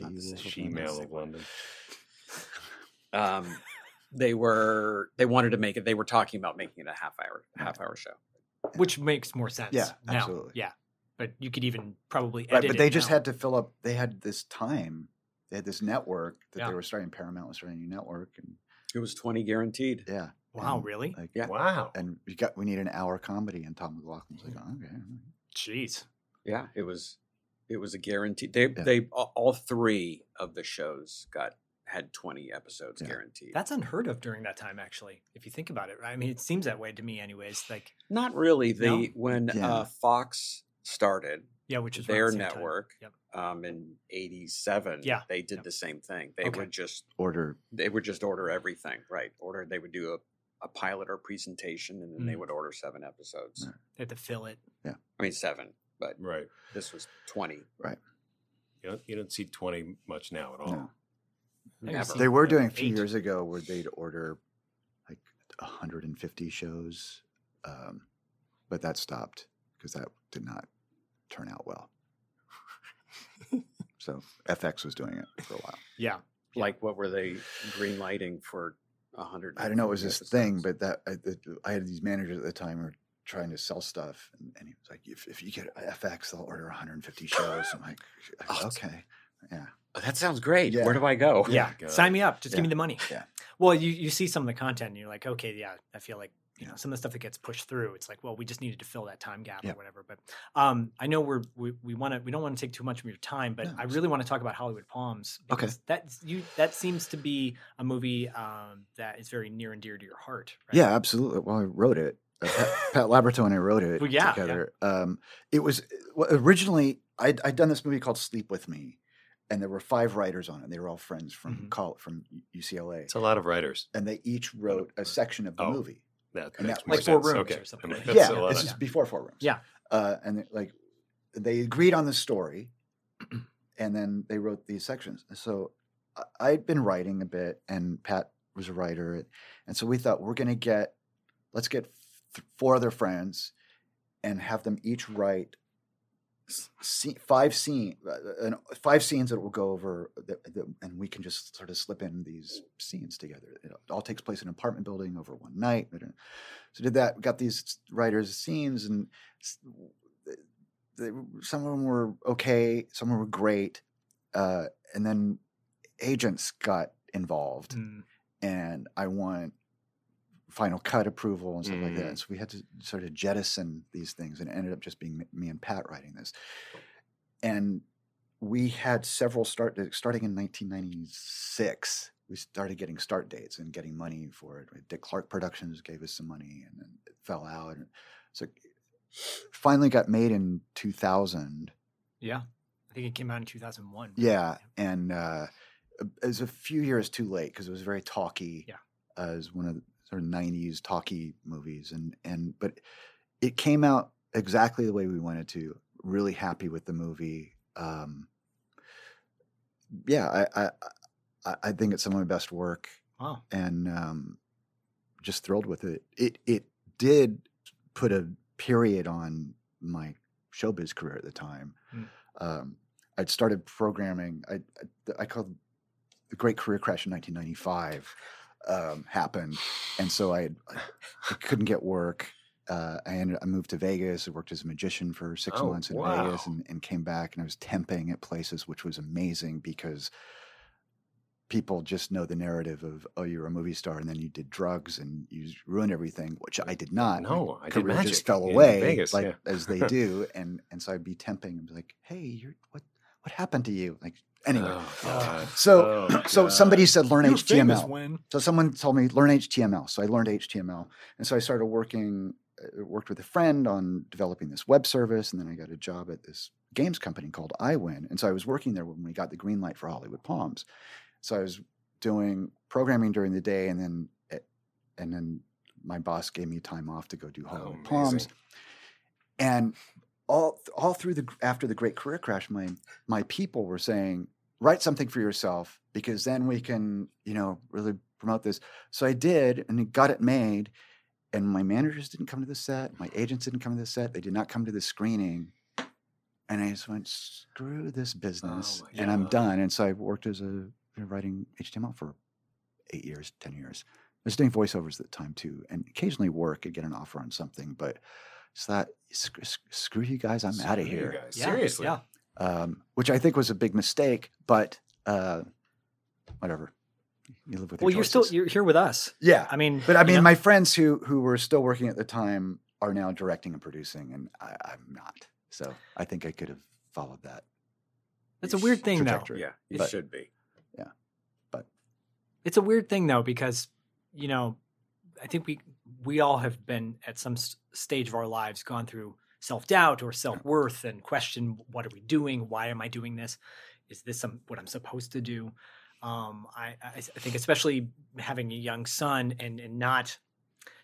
Speaker 1: not the same
Speaker 4: She
Speaker 1: one, not the
Speaker 4: male
Speaker 1: same
Speaker 4: of London.
Speaker 2: um they were they wanted to make it they were talking about making it a half hour half hour show
Speaker 5: which makes more sense.
Speaker 1: Yeah,
Speaker 5: now.
Speaker 1: absolutely.
Speaker 5: Yeah, but you could even probably
Speaker 1: Right,
Speaker 5: edit
Speaker 1: but
Speaker 5: it
Speaker 1: they just
Speaker 5: now.
Speaker 1: had to fill up. They had this time. They had this network that
Speaker 5: Yeah.
Speaker 1: they were starting. Paramount was starting a new network, and
Speaker 2: it was 20 guaranteed
Speaker 1: yeah,
Speaker 5: wow,
Speaker 1: and,
Speaker 5: really?
Speaker 1: like,
Speaker 2: Yeah.
Speaker 4: Wow.
Speaker 1: And we got we need an hour comedy, and Tom McLaughlin's like, oh, okay, all right."
Speaker 5: Jeez.
Speaker 2: Yeah, it was it was a guarantee. They
Speaker 1: Yeah.
Speaker 2: they all all three of the shows got had 20 episodes
Speaker 1: Yeah.
Speaker 2: guaranteed.
Speaker 5: That's unheard of during that time, actually. If you think about it, right? I mean, it seems that way to me, anyways. Like,
Speaker 2: not really the
Speaker 5: No?
Speaker 2: when
Speaker 1: Yeah.
Speaker 2: uh, Fox started
Speaker 5: yeah, which is around
Speaker 2: their
Speaker 5: the same time.
Speaker 2: network
Speaker 5: Yep.
Speaker 2: um, in 87
Speaker 5: Yeah.
Speaker 2: they did
Speaker 5: Yep.
Speaker 2: the same thing. They
Speaker 5: Okay.
Speaker 2: would just
Speaker 1: order
Speaker 2: they would just order everything, right? Order they would do a, a pilot or presentation and then they
Speaker 5: Mm.
Speaker 2: would order 7 episodes.
Speaker 1: Right.
Speaker 5: They had to fill it.
Speaker 2: I mean 7, but
Speaker 4: Right.
Speaker 2: this was 20.
Speaker 1: Right.
Speaker 4: You don't, you don't see 20 much now at all.
Speaker 1: Never. They were doing a few years ago where they'd order like 150 shows, um, but that stopped because that did not turn out well. so FX was doing it for a while.
Speaker 5: Yeah.
Speaker 2: Like, what were they green lighting for a hundred?
Speaker 1: I don't know. It was this thing, but that I, that- I had these managers at the time who were trying to sell stuff, and, and he was like, if, "If you get FX, they'll order 150 shows." I'm like, "Okay, yeah."
Speaker 5: Oh,
Speaker 2: That sounds great. Where do I
Speaker 4: Oh
Speaker 2: go?
Speaker 1: Yeah.
Speaker 5: Yeah.
Speaker 1: Go.
Speaker 5: Sign me up. Just
Speaker 1: Oh, Yeah.
Speaker 5: give me the money.
Speaker 1: Yeah.
Speaker 5: Well, you, you see some of the content and you're like, okay, yeah, I feel like you know some of the stuff that gets pushed through. It's like, well, we just needed to fill that time gap
Speaker 1: Yeah.
Speaker 5: or whatever. But um, I know we're we, we want to we don't want to take too much of your time, but I really want to talk about Hollywood Palms.
Speaker 1: Okay.
Speaker 5: because That's you. That seems to be a movie um, that is very near and dear to your heart. Right?
Speaker 1: Yeah, absolutely. Well, I wrote it. Uh, Pat, Pat Labrador and I wrote it
Speaker 5: Well, yeah, yeah.
Speaker 1: together. Um, it was well, originally I'd, I'd done this movie called Sleep with Me, and there were five writers on it. They were all friends from
Speaker 5: Mm-hmm.
Speaker 1: col- from U- UCLA.
Speaker 4: It's a lot of writers.
Speaker 1: and they each wrote a section of the
Speaker 4: Oh,
Speaker 1: movie.
Speaker 4: That,
Speaker 1: And
Speaker 4: makes
Speaker 1: that-
Speaker 4: more
Speaker 1: Like Four
Speaker 4: sense.
Speaker 1: Rooms
Speaker 4: okay.
Speaker 5: or something.
Speaker 4: I mean, that's
Speaker 1: Yeah,
Speaker 4: a lot
Speaker 1: this
Speaker 4: of-
Speaker 1: is before Four Rooms.
Speaker 5: Yeah.
Speaker 1: uh, and they- like they agreed on the story, and then they wrote these sections. So I- I'd been writing a bit, and Pat was a writer, and so we thought we're going to get let's get th- four other friends and have them each write s- sce- five scene uh, uh, an- five scenes that will go over that, that, and we can just sort of slip in these scenes together it all takes place in an apartment building over one night uh, so did that got these writers scenes and s- th- they, some of them were okay some of them were great uh, and then agents got
Speaker 5: Mm.
Speaker 1: involved and i want final cut approval and stuff like that.
Speaker 4: Mm.
Speaker 1: And so we had to sort of jettison these things, and it ended up just being me- me and Pat writing this. And we had several start starting in 1996. We started getting start dates and getting money for it. Dick Clark Productions gave us some money, and then it fell out. And so finally got made in 2000.
Speaker 5: Yeah. I think it came out in 2001.
Speaker 1: Yeah, and uh, it was a few years too late because it was very talky.
Speaker 5: Yeah,
Speaker 1: uh, it was one of the sort of '90s talky movies, and and but it came out exactly the way we wanted to. Really happy with the movie. Um, yeah, I, I I I think it's some of my best work,
Speaker 5: Wow.
Speaker 1: and um, just thrilled with it. It it did put a period on my showbiz career at the time.
Speaker 5: Mm.
Speaker 1: Um, I'd started programming. I, I, I called the Great Career Crash in 1995 um, happened, and so I, had- I, I couldn't get work. Uh, I ended. I moved to Vegas. I worked as a magician for six
Speaker 4: Oh,
Speaker 1: months in Vegas, and, and came back. And I was temping at places, which was amazing because people just know the narrative of oh, you're a movie star, and then you did drugs and you ruined everything, which I did not. My
Speaker 4: No, I did
Speaker 1: career
Speaker 4: magic
Speaker 1: just fell
Speaker 4: in
Speaker 1: away,
Speaker 4: Vegas,
Speaker 1: like
Speaker 4: yeah.
Speaker 1: as they do. And and so I'd be temping and be like, hey, you're what what happened to you? Like anyway.
Speaker 4: Uh. Oh, God.
Speaker 1: so
Speaker 4: Oh,
Speaker 1: so somebody
Speaker 4: God.
Speaker 1: said learn
Speaker 4: You were famous
Speaker 1: HTML.
Speaker 4: when-
Speaker 1: So someone told me learn HTML. So I learned HTML, and so I started working uh, worked with a friend on developing this web service, and then I got a job at this games company called iWin, and so I was working there when we got the green light for Hollywood Palms. So I was doing programming during the day, and then eh, it, and then my boss gave me time off to go do Hollywood Palms,
Speaker 4: Oh, amazing.
Speaker 1: and all all through the after the Great Career Crash, my my people were saying write something for yourself because then we can you know really promote this. So I did, and it got it made. And my managers didn't come to the set. My agents didn't come to the set. They did not come to the screening. And I just went, screw this business,
Speaker 4: Oh my
Speaker 1: and I'm
Speaker 4: God.
Speaker 1: done. And so I worked as a writing HTML for eight years, ten years. I was doing voiceovers at the time too, and occasionally work and get an offer on something. But it's that sc- sc- screw you guys, I'm out
Speaker 4: Screw
Speaker 1: of
Speaker 4: you
Speaker 1: here.
Speaker 4: guys. Yeah, Seriously. yeah.
Speaker 1: Um, which I think was a big mistake, but uh, whatever. You live with.
Speaker 5: Well,
Speaker 1: your
Speaker 5: you're still
Speaker 1: choices.
Speaker 5: you're here with us.
Speaker 1: Yeah,
Speaker 5: I mean,
Speaker 1: But I
Speaker 5: you
Speaker 1: mean,
Speaker 5: know?
Speaker 1: my friends who who were still working at the time are now directing and producing, and I, I'm not. So I think I could have followed that.
Speaker 5: That's a weird thing, though.
Speaker 1: trajectory.
Speaker 2: Yeah, you
Speaker 1: But-
Speaker 2: should be.
Speaker 5: It's a weird thing though because you know I think we we all have been at some s- stage of our lives gone through self doubt or self worth and question what are we doing? Why am I doing this? Is this some, what I'm supposed to do? Um, I, I I think especially having a young son and and not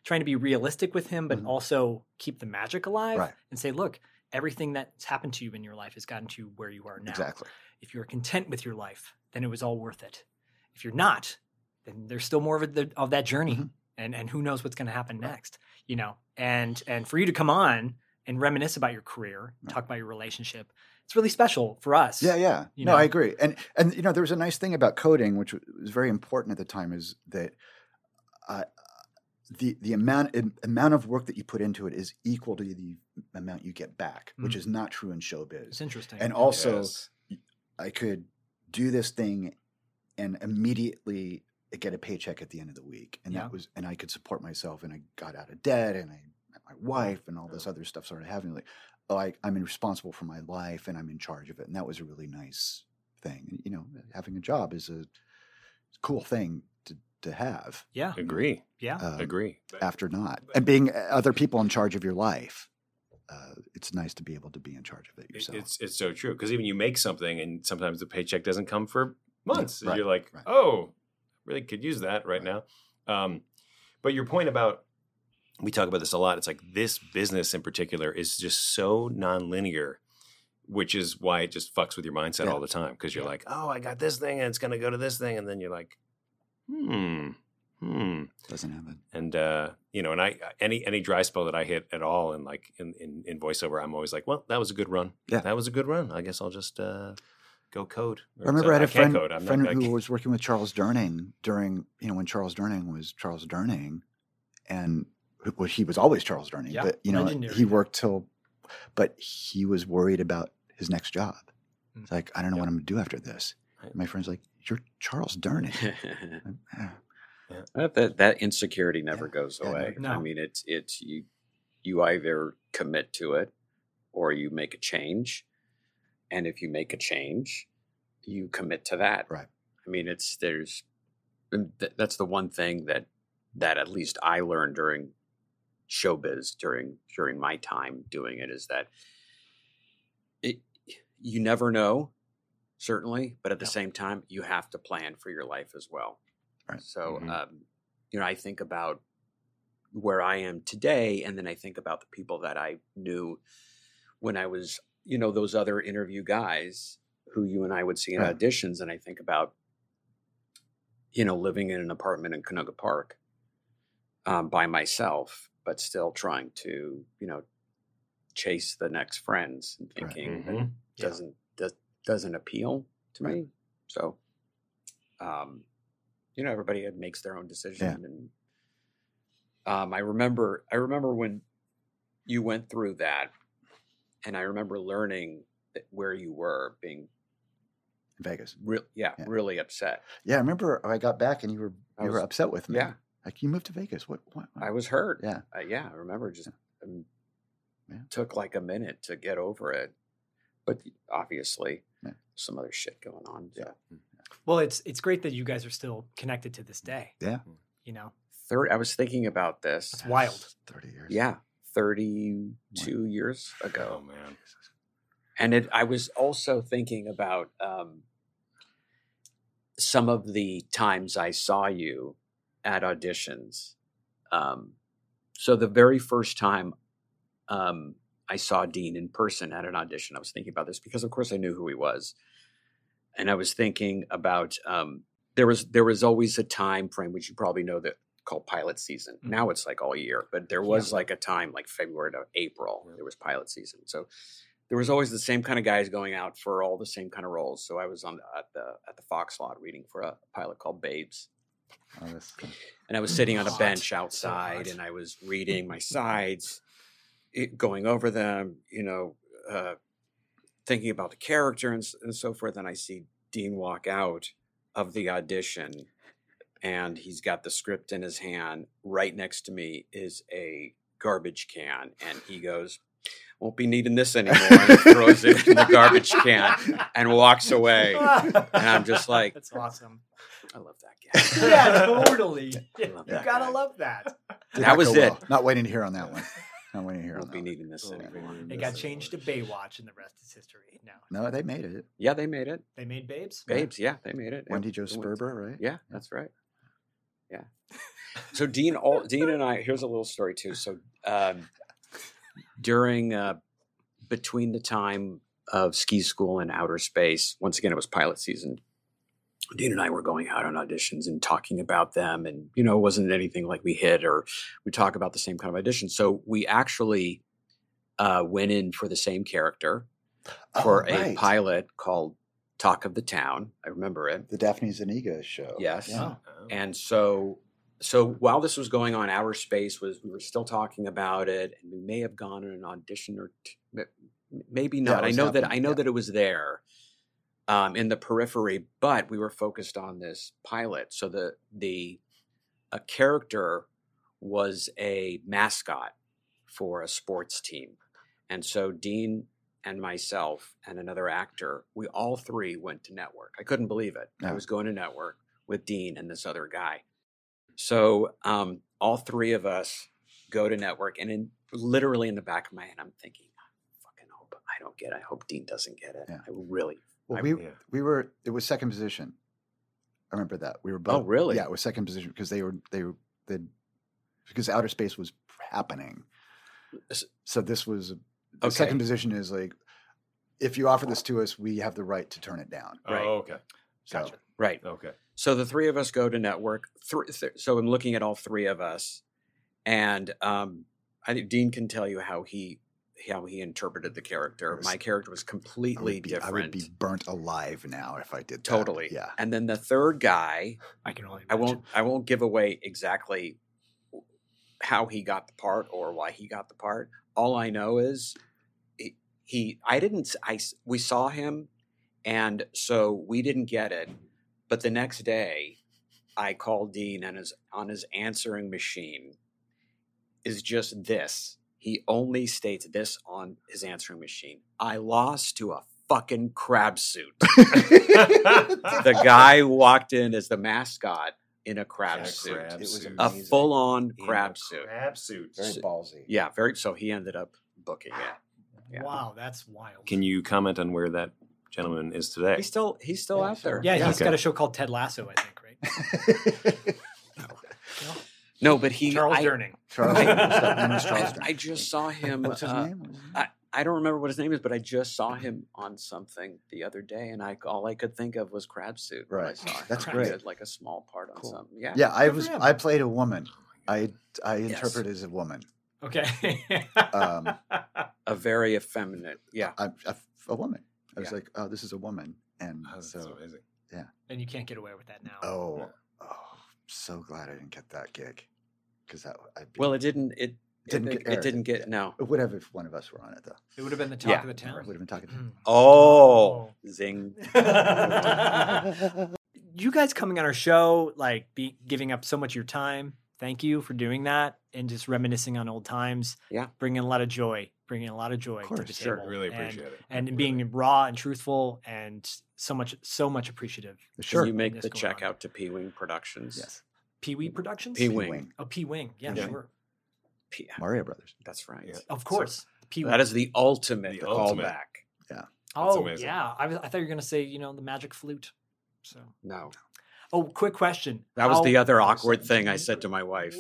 Speaker 5: trying to be realistic with him, but also keep the magic alive
Speaker 1: Mm-hmm. Right.
Speaker 5: and say, look, everything that's happened to you in your life has gotten to where you are now.
Speaker 1: Exactly.
Speaker 5: If you're content with your life, then it was all worth it. If you're not, then there's still more of, the, of that journey,
Speaker 1: Mm-hmm.
Speaker 5: and and who knows what's going to happen next, you know? And and for you to come on and reminisce about your career, talk about your relationship, it's really special for us.
Speaker 1: Yeah, yeah.
Speaker 5: you
Speaker 1: no,
Speaker 5: know?
Speaker 1: I agree. And and you know, there was a nice thing about coding, which was very important at the time, is that uh, the the amount im- amount of work that you put into it is equal to the amount you get back, which
Speaker 5: Mhm.
Speaker 1: is not true in showbiz.
Speaker 5: It's interesting.
Speaker 1: And also,
Speaker 4: Yes.
Speaker 1: I could do this thing and immediately get a paycheck at the end of the week, and
Speaker 5: Yeah.
Speaker 1: that was, and I could support myself, and I got out of debt, and I met my wife, and all this other stuff started happening. Like, oh, I, I'm responsible for my life, and I'm in charge of it, and that was a really nice thing. And, you know, having a job is a cool thing to to have.
Speaker 5: yeah,
Speaker 4: Agree.
Speaker 5: yeah.
Speaker 1: um,
Speaker 4: Agree.
Speaker 1: After not, and being uh, other people in charge of your life, uh, it's nice to be able to be in charge of it
Speaker 4: It-
Speaker 1: yourself.
Speaker 4: It's it's so true because even you make something and sometimes the paycheck doesn't come for months.
Speaker 1: Yeah, right,
Speaker 4: You're like,
Speaker 1: right.
Speaker 4: oh, really could use that right, now. Um, but your point about we talk about this a lot. It's like this business in particular is just so nonlinear, which is why it just fucks with your mindset
Speaker 1: Yeah.
Speaker 4: all the time because you're
Speaker 1: Yeah.
Speaker 4: like, oh, I got this thing and it's going to go to this thing, and then you're like, hmm, hmm
Speaker 1: Doesn't happen.
Speaker 4: and uh, you know, and I any any dry spell that I hit at all, in like in, in in voiceover, I'm always like, well, that was a good run.
Speaker 1: Yeah.
Speaker 4: that was a good run. I guess I'll just uh, go code. Or
Speaker 1: I remember I had
Speaker 4: a
Speaker 1: a friend,
Speaker 4: I'm
Speaker 1: friend
Speaker 4: not, I
Speaker 1: who
Speaker 4: can't-
Speaker 1: was working with Charles Durning during, you know, when Charles Durning was Charles Durning, and who- well, he was always Charles Durning,
Speaker 5: Yeah,
Speaker 1: but you know,
Speaker 5: legendary,
Speaker 1: he
Speaker 5: yeah.
Speaker 1: worked till, but he was worried about his next job. It's like I don't know what I'm gonna do after this.
Speaker 4: Right.
Speaker 1: My friend's like, "You're Charles Durning." Yeah.
Speaker 2: that, Uh, that that insecurity never goes
Speaker 1: Yeah, no,
Speaker 2: away. I
Speaker 5: no.
Speaker 2: mean, it's it's you you either commit to it or you make a change, and if you make a change, you commit to that.
Speaker 1: Right.
Speaker 2: I mean, it's there's and th- that's the one thing that that at least I learned during showbiz during during my time doing it is that it you never know certainly but at the
Speaker 5: Yep.
Speaker 2: same time you have to plan for your life as well
Speaker 1: Right.
Speaker 2: so
Speaker 4: Mhm.
Speaker 2: um, you know i think about where i am today and then i think about the people that i knew when i was you know those other interview guys who you and i would see in
Speaker 1: Right.
Speaker 2: auditions and i think about you know living in an apartment in canoga park um, by myself but still trying to you know chase the next friends and
Speaker 1: Right. Mm-hmm.
Speaker 2: thinking that
Speaker 4: Mhm.
Speaker 5: Yeah.
Speaker 2: doesn't does, doesn't appeal to
Speaker 1: Right.
Speaker 2: me. So, um, you know, everybody had- makes their own decision, and um, I remember I remember when you went through that, and I remember learning that where you were being
Speaker 1: In Vegas.
Speaker 2: real, yeah,
Speaker 1: Yeah.
Speaker 2: really upset.
Speaker 1: Yeah, I remember I got back and you were
Speaker 2: I
Speaker 1: you were
Speaker 2: was-
Speaker 1: upset with me.
Speaker 2: yeah.
Speaker 1: Like you moved to Vegas. What? what, what?
Speaker 2: I was hurt.
Speaker 1: Yeah.
Speaker 2: Uh, yeah, I remember just um,
Speaker 1: Yeah.
Speaker 2: took like a minute to get over it, but obviously
Speaker 1: Yeah.
Speaker 2: some other shit going on.
Speaker 1: Yeah.
Speaker 2: so.
Speaker 5: Well, it's it's great that you guys are still connected to this day.
Speaker 1: Yeah.
Speaker 5: You know,
Speaker 2: Third, I was thinking about this.
Speaker 5: That's wild.
Speaker 1: Thirty years.
Speaker 2: Yeah, 32 years
Speaker 4: Oh
Speaker 2: ago.
Speaker 4: man,
Speaker 2: And it, I was also thinking about um, some of the times I saw you at auditions. Um, so the very first time um, I saw Dean in person at an audition, I was thinking about this because, of course, I knew who he was, and I was thinking about um, there was there was always a time frame which you probably know that called pilot season.
Speaker 5: Mhm.
Speaker 2: Now it's like all year, but there
Speaker 5: Yeah.
Speaker 2: was like a time like February to April
Speaker 4: Yeah.
Speaker 2: there was pilot season. So there was always the same kind of guys going out for all the same kind of roles. So I was on at the at the Fox lot reading for a pilot called Babes,
Speaker 1: Oh, that's-
Speaker 2: and I was sitting on a
Speaker 5: Hot.
Speaker 2: bench
Speaker 5: So
Speaker 2: outside
Speaker 5: hot.
Speaker 2: and I was reading my sides, it, going over them, you know, uh, thinking about the character and, s- and so forth. And I see Dean walk out of the audition and he's got the script in his hand. Right next to me is a garbage can. And he goes, won't be needing this anymore. And throws it in the garbage can and walks away.
Speaker 5: and
Speaker 2: I'm just like-
Speaker 5: that's awesome.
Speaker 2: I love that guy.
Speaker 5: Yeah, totally.
Speaker 2: I
Speaker 5: You
Speaker 2: love that
Speaker 5: gotta
Speaker 2: guy.
Speaker 5: love that.
Speaker 1: Did
Speaker 2: That
Speaker 1: not
Speaker 2: was
Speaker 1: go
Speaker 2: it.
Speaker 1: well. Not waiting to hear on that one. Not waiting to hear
Speaker 2: Won't
Speaker 1: on
Speaker 2: be
Speaker 1: that. One.
Speaker 2: needing this anymore.
Speaker 5: It got changed to Baywatch, and the rest is history. No,
Speaker 1: No, they made it.
Speaker 2: Yeah, they made it.
Speaker 5: they made Babes.
Speaker 2: Babes, yeah, they made it.
Speaker 1: Wendy
Speaker 2: It-
Speaker 1: Jo
Speaker 2: it went-
Speaker 1: Sperber, right?
Speaker 2: Yeah, that's right. Yeah. So Dean, all, Dean and I. Here's a little story too. So um, during uh, between the time of ski school and outer space, once again, it was pilot season. Dean and I were going out on auditions and talking about them. And, you know, it wasn't anything like we hit or we talk about the same kind of audition. So we actually uh, went in for the same character
Speaker 1: Oh,
Speaker 2: for a
Speaker 1: right.
Speaker 2: pilot called Talk of the Town. I remember it.
Speaker 1: The Daphne Zuniga show.
Speaker 2: Yes.
Speaker 1: Yeah.
Speaker 2: And so so while this was going on, outer space was we were still talking about it, and we may have gone in an audition or t- m- maybe
Speaker 1: That
Speaker 2: not. I
Speaker 1: was
Speaker 2: know that I
Speaker 1: happening,
Speaker 2: know that it was there um, in the periphery, but we were focused on this pilot. So the the a character was a mascot for a sports team, and so Dean and myself and another actor, we all three went to network. I couldn't believe it. I
Speaker 1: Yeah.
Speaker 2: was going to network with Dean and this other guy. So um, all three of us go to network, and in literally in the back of my head, I'm thinking, I fucking hope I don't get it. I hope Dean doesn't get it.
Speaker 1: Yeah.
Speaker 2: I really.
Speaker 1: Well,
Speaker 2: I-
Speaker 1: we
Speaker 2: yeah.
Speaker 1: we were it was second position. I remember that we were both.
Speaker 2: Oh, really?
Speaker 1: Yeah, it was second position because they were they were they because outer space was happening.
Speaker 2: S-
Speaker 1: So this was the second
Speaker 2: Okay.
Speaker 1: position is like if you offer this to us, we have the right to turn it down.
Speaker 2: Right.
Speaker 4: Oh, okay.
Speaker 1: So
Speaker 2: Right.
Speaker 4: Okay.
Speaker 2: So the three of us go to network. Three, th- so I'm looking at all three of us, and um, I think Dean can tell you how he how he interpreted the character.
Speaker 1: Yes.
Speaker 2: My character was
Speaker 1: I would,
Speaker 2: completely
Speaker 1: be, I
Speaker 2: different.
Speaker 1: would be burnt alive now if I did that.
Speaker 2: totally.
Speaker 1: Yeah.
Speaker 2: And then the third guy,
Speaker 5: I can only.
Speaker 2: I won't I won't give away exactly how he got the part or why he got the part. All I know is he, he I didn't s- I s- we saw him and so we didn't get it. But the next day I called Dean and his on his answering machine is just this. He only states this on his answering machine. I lost to a fucking crab suit the guy walked in as the mascot in a crab
Speaker 4: Yeah,
Speaker 2: suit,
Speaker 4: crab
Speaker 1: It was
Speaker 4: suit.
Speaker 2: a
Speaker 1: amazing.
Speaker 2: full on
Speaker 4: In a
Speaker 2: crab suit.
Speaker 4: Crab suit.
Speaker 1: Very ballsy.
Speaker 2: Yeah, very. So he ended up booking it. Yeah.
Speaker 5: Wow, that's wild.
Speaker 4: Can you comment on where that gentleman is today?
Speaker 2: He's still he's still
Speaker 1: Yeah,
Speaker 2: out
Speaker 1: sure.
Speaker 2: there.
Speaker 5: Yeah, he's
Speaker 4: Okay.
Speaker 5: got a show called Ted Lasso, I think, right?
Speaker 2: No, but he
Speaker 5: Charles
Speaker 2: I,
Speaker 5: Durning.
Speaker 1: Charles, and it's Charles
Speaker 2: I, I just saw him.
Speaker 1: What's his
Speaker 2: uh,
Speaker 1: name? What was his name?
Speaker 2: I, I don't remember what his name is, but I just saw him on something the other day, and I all I could think of was crab suit. when I
Speaker 1: Right.
Speaker 2: saw him.
Speaker 1: That's
Speaker 2: He
Speaker 1: great.
Speaker 2: did, Like a small part on
Speaker 1: Cool.
Speaker 2: something. Yeah.
Speaker 1: yeah, I
Speaker 5: Good for
Speaker 1: was
Speaker 5: him.
Speaker 1: I played a woman. I I
Speaker 2: Yes.
Speaker 1: interpret as a woman.
Speaker 5: Okay.
Speaker 1: Um,
Speaker 2: A very effeminate. Yeah.
Speaker 1: I, I, a woman. I was
Speaker 2: Yeah.
Speaker 1: like, oh, this is a woman, and
Speaker 4: Oh, that's
Speaker 1: so
Speaker 4: amazing.
Speaker 5: and you can't get away with that now.
Speaker 1: oh, oh, so glad I didn't get that gig because that I'd be,
Speaker 2: Well, it didn't. It
Speaker 1: Didn't
Speaker 2: It,
Speaker 1: get
Speaker 2: it
Speaker 1: aired.
Speaker 2: didn't get.
Speaker 1: Yeah.
Speaker 2: No.
Speaker 1: it would have if one of us were on it though.
Speaker 5: It would have been the talk
Speaker 2: Yeah.
Speaker 5: of the
Speaker 1: Would
Speaker 5: town.
Speaker 1: have been talking. To
Speaker 5: Mm.
Speaker 2: Oh, zing.
Speaker 5: Oh. you guys coming on our show, like be giving up so much of your time. Thank you for doing that and just reminiscing on old times.
Speaker 2: Yeah.
Speaker 5: Bringing a lot of joy, bringing a lot of joy to the
Speaker 1: course,
Speaker 4: Sure.
Speaker 5: table.
Speaker 4: Really
Speaker 5: and-
Speaker 4: appreciate it.
Speaker 5: And
Speaker 4: Really.
Speaker 5: being raw and truthful and so much, so much appreciative.
Speaker 2: Sure. You make
Speaker 5: Yes,
Speaker 2: the
Speaker 5: go
Speaker 2: check
Speaker 5: on.
Speaker 2: out to P Wing Productions.
Speaker 1: Yes.
Speaker 5: Pee Wee Productions?
Speaker 2: Pee Wing.
Speaker 5: Oh, Pee Wing. Yeah,
Speaker 1: Yeah.
Speaker 5: sure.
Speaker 2: P-
Speaker 1: Mario Brothers.
Speaker 2: That's right.
Speaker 4: Yeah.
Speaker 5: Of course. Pee Wee.
Speaker 2: That is the ultimate
Speaker 4: The
Speaker 2: callback.
Speaker 4: ultimate. That's
Speaker 5: Oh,
Speaker 4: amazing.
Speaker 5: yeah. I, was, I thought you were going to say, you know, the magic flute. So,
Speaker 2: No,
Speaker 5: oh, quick question.
Speaker 2: that was the
Speaker 5: How-
Speaker 2: other awkward thing I said to my wife.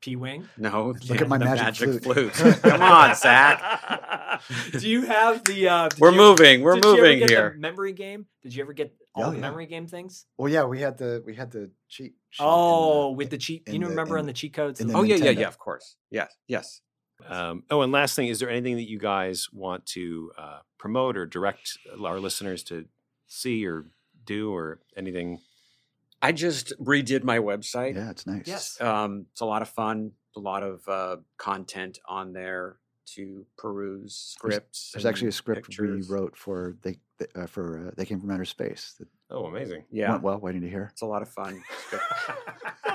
Speaker 5: P Wing.
Speaker 2: No,
Speaker 1: Look at my
Speaker 2: the
Speaker 1: magic flute.
Speaker 2: Come on, Zach.
Speaker 5: Do you have the? Uh, did
Speaker 2: We're
Speaker 5: you-
Speaker 2: moving. We're
Speaker 5: did you ever
Speaker 2: moving
Speaker 5: get the
Speaker 2: here.
Speaker 5: memory game. Did you ever get all
Speaker 1: Oh,
Speaker 5: the
Speaker 1: yeah.
Speaker 5: memory game things?
Speaker 1: Well, yeah, we had the we had the cheat. sheet in the-
Speaker 5: Oh, with the cheat. You
Speaker 1: in
Speaker 5: know,
Speaker 1: the-
Speaker 5: remember
Speaker 1: in-
Speaker 5: on the cheat codes?
Speaker 1: in
Speaker 5: and
Speaker 1: the
Speaker 2: Oh yeah, yeah,
Speaker 1: Nintendo.
Speaker 2: yeah. Of course. Yes, yes.
Speaker 4: Um, oh, and last thing, is there anything that you guys want to uh, promote or direct our listeners to see or do or anything?
Speaker 2: I just redid my website.
Speaker 1: yeah, it's nice.
Speaker 5: Yes.
Speaker 2: Um, it's a lot of fun. A lot of uh, content on there to peruse scripts.
Speaker 1: There's actually a
Speaker 2: and
Speaker 1: script
Speaker 2: pictures.
Speaker 1: we wrote for they th- uh, for uh, they came from outer space that
Speaker 4: Oh, amazing.
Speaker 2: Yeah,
Speaker 1: went well. Waiting to hear.
Speaker 2: it's a lot of fun.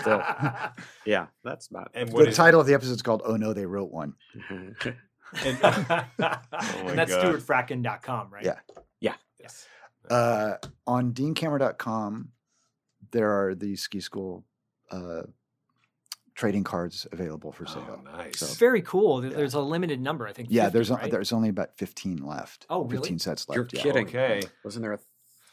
Speaker 1: Still,
Speaker 2: yeah, that's about it.
Speaker 4: And what
Speaker 1: the
Speaker 4: is-
Speaker 1: title of the episode is called "Oh No, They Wrote One."
Speaker 5: and,
Speaker 4: my
Speaker 5: and that's
Speaker 4: God.
Speaker 5: stuartfracken.com, right?
Speaker 1: Oh Yeah.
Speaker 5: Yes.
Speaker 1: Uh, on deancamera.com, there are the ski school uh, trading cards available for sale.
Speaker 4: Oh, nice.
Speaker 1: So-
Speaker 5: It's very cool. There-
Speaker 1: Yeah.
Speaker 5: There's a limited number, I think.
Speaker 1: yeah,
Speaker 5: 50,
Speaker 1: there's o-
Speaker 5: right?
Speaker 1: there's only about fifteen left.
Speaker 5: Oh, really?
Speaker 1: Fifteen sets left.
Speaker 2: You're
Speaker 1: yeah.
Speaker 2: kidding.
Speaker 4: Okay.
Speaker 2: Wasn't there a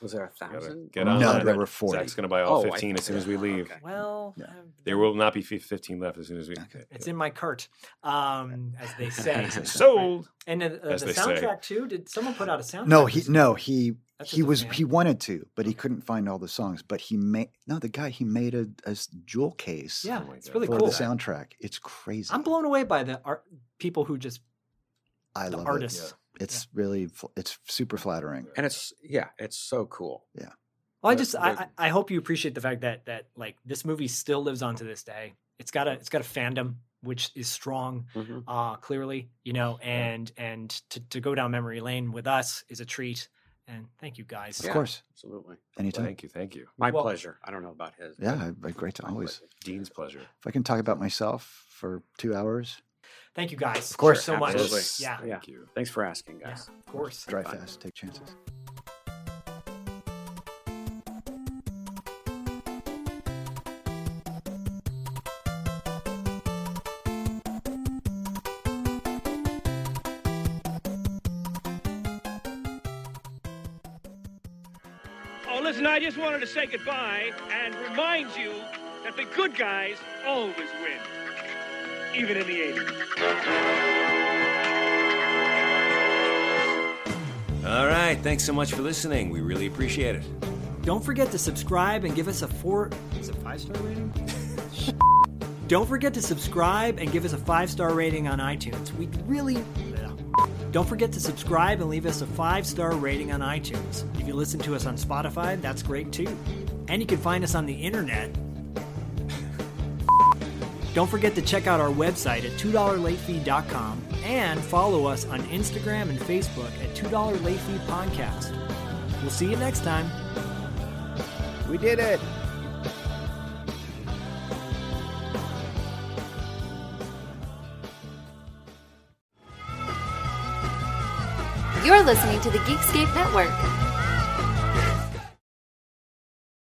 Speaker 2: Was there a thousand?
Speaker 4: Get
Speaker 1: No,
Speaker 4: on
Speaker 1: there were 40.
Speaker 4: Zach's going to buy all
Speaker 2: Oh, I
Speaker 4: 15 as
Speaker 2: thought-
Speaker 4: soon as we leave.
Speaker 5: Well,
Speaker 1: Yeah.
Speaker 5: um,
Speaker 4: There will not be fif- 15 left as soon as we.
Speaker 5: it's in my cart, um, as they say.
Speaker 4: Sold.
Speaker 5: And uh, uh,
Speaker 4: As
Speaker 5: the
Speaker 4: they say.
Speaker 5: soundtrack too. Did someone put out a soundtrack?
Speaker 1: No, he
Speaker 5: recently?
Speaker 1: no he
Speaker 5: That's
Speaker 1: he
Speaker 5: a
Speaker 1: was
Speaker 5: demand.
Speaker 1: he wanted to, but he couldn't find all the songs. But he made no the guy he made a, a s- jewel case
Speaker 5: Yeah,
Speaker 4: Oh my
Speaker 5: it's
Speaker 4: God.
Speaker 5: really
Speaker 1: for
Speaker 5: cool.
Speaker 1: the soundtrack. It's crazy.
Speaker 5: I'm blown away by the art people who just
Speaker 1: I
Speaker 5: the
Speaker 1: love
Speaker 5: artists.
Speaker 1: it. It's really fl- it's super flattering.
Speaker 2: And it's yeah, it's so cool.
Speaker 5: Well, I
Speaker 2: But-
Speaker 5: just I,
Speaker 2: but-
Speaker 5: I I hope you appreciate the fact that that like this movie still lives on to this day. It's got a it's got a fandom which is strong,
Speaker 1: Mm-hmm.
Speaker 2: Mhm.
Speaker 5: uh, clearly, you know, and and to, to go down memory lane with us is a treat. And thank you guys.
Speaker 1: Of
Speaker 2: Yeah.
Speaker 1: course,
Speaker 2: Absolutely.
Speaker 1: anytime.
Speaker 4: Thank you. Thank you.
Speaker 2: My
Speaker 5: Well-
Speaker 2: pleasure. I don't know about his.
Speaker 1: yeah,
Speaker 2: but
Speaker 1: I- I- great to
Speaker 2: my
Speaker 1: always.
Speaker 2: pleasure.
Speaker 4: Dean's pleasure.
Speaker 1: If I can talk about myself for two hours,
Speaker 5: Thank you guys.
Speaker 2: Of course,
Speaker 5: so much.
Speaker 2: absolutely.
Speaker 5: Yeah,
Speaker 4: Thank
Speaker 2: Yeah.
Speaker 4: you.
Speaker 2: Thanks for asking,
Speaker 5: yeah,
Speaker 2: guys.
Speaker 5: of course.
Speaker 1: drive
Speaker 2: Fine.
Speaker 1: fast, take chances.
Speaker 7: Oh, listen, I just wanted to say goodbye and remind you that the good guys always win, even in the 80s.
Speaker 4: All right. Thanks so much for listening. We really appreciate it.
Speaker 5: Don't forget to subscribe and give us a four. Is it five star rating? Don't forget to subscribe and give us a five star rating on iTunes. We'd really. Blech. Don't forget to subscribe and leave us a five star rating on iTunes. If you listen to us on Spotify, that's great too. And you can find us on the internet. Don't forget to check out our website at $2LateFee.com and follow us on Instagram and Facebook at $2 Late Fee Podcast. We'll see you next time.
Speaker 11: We did it.
Speaker 10: You're listening to the Geekscape Network.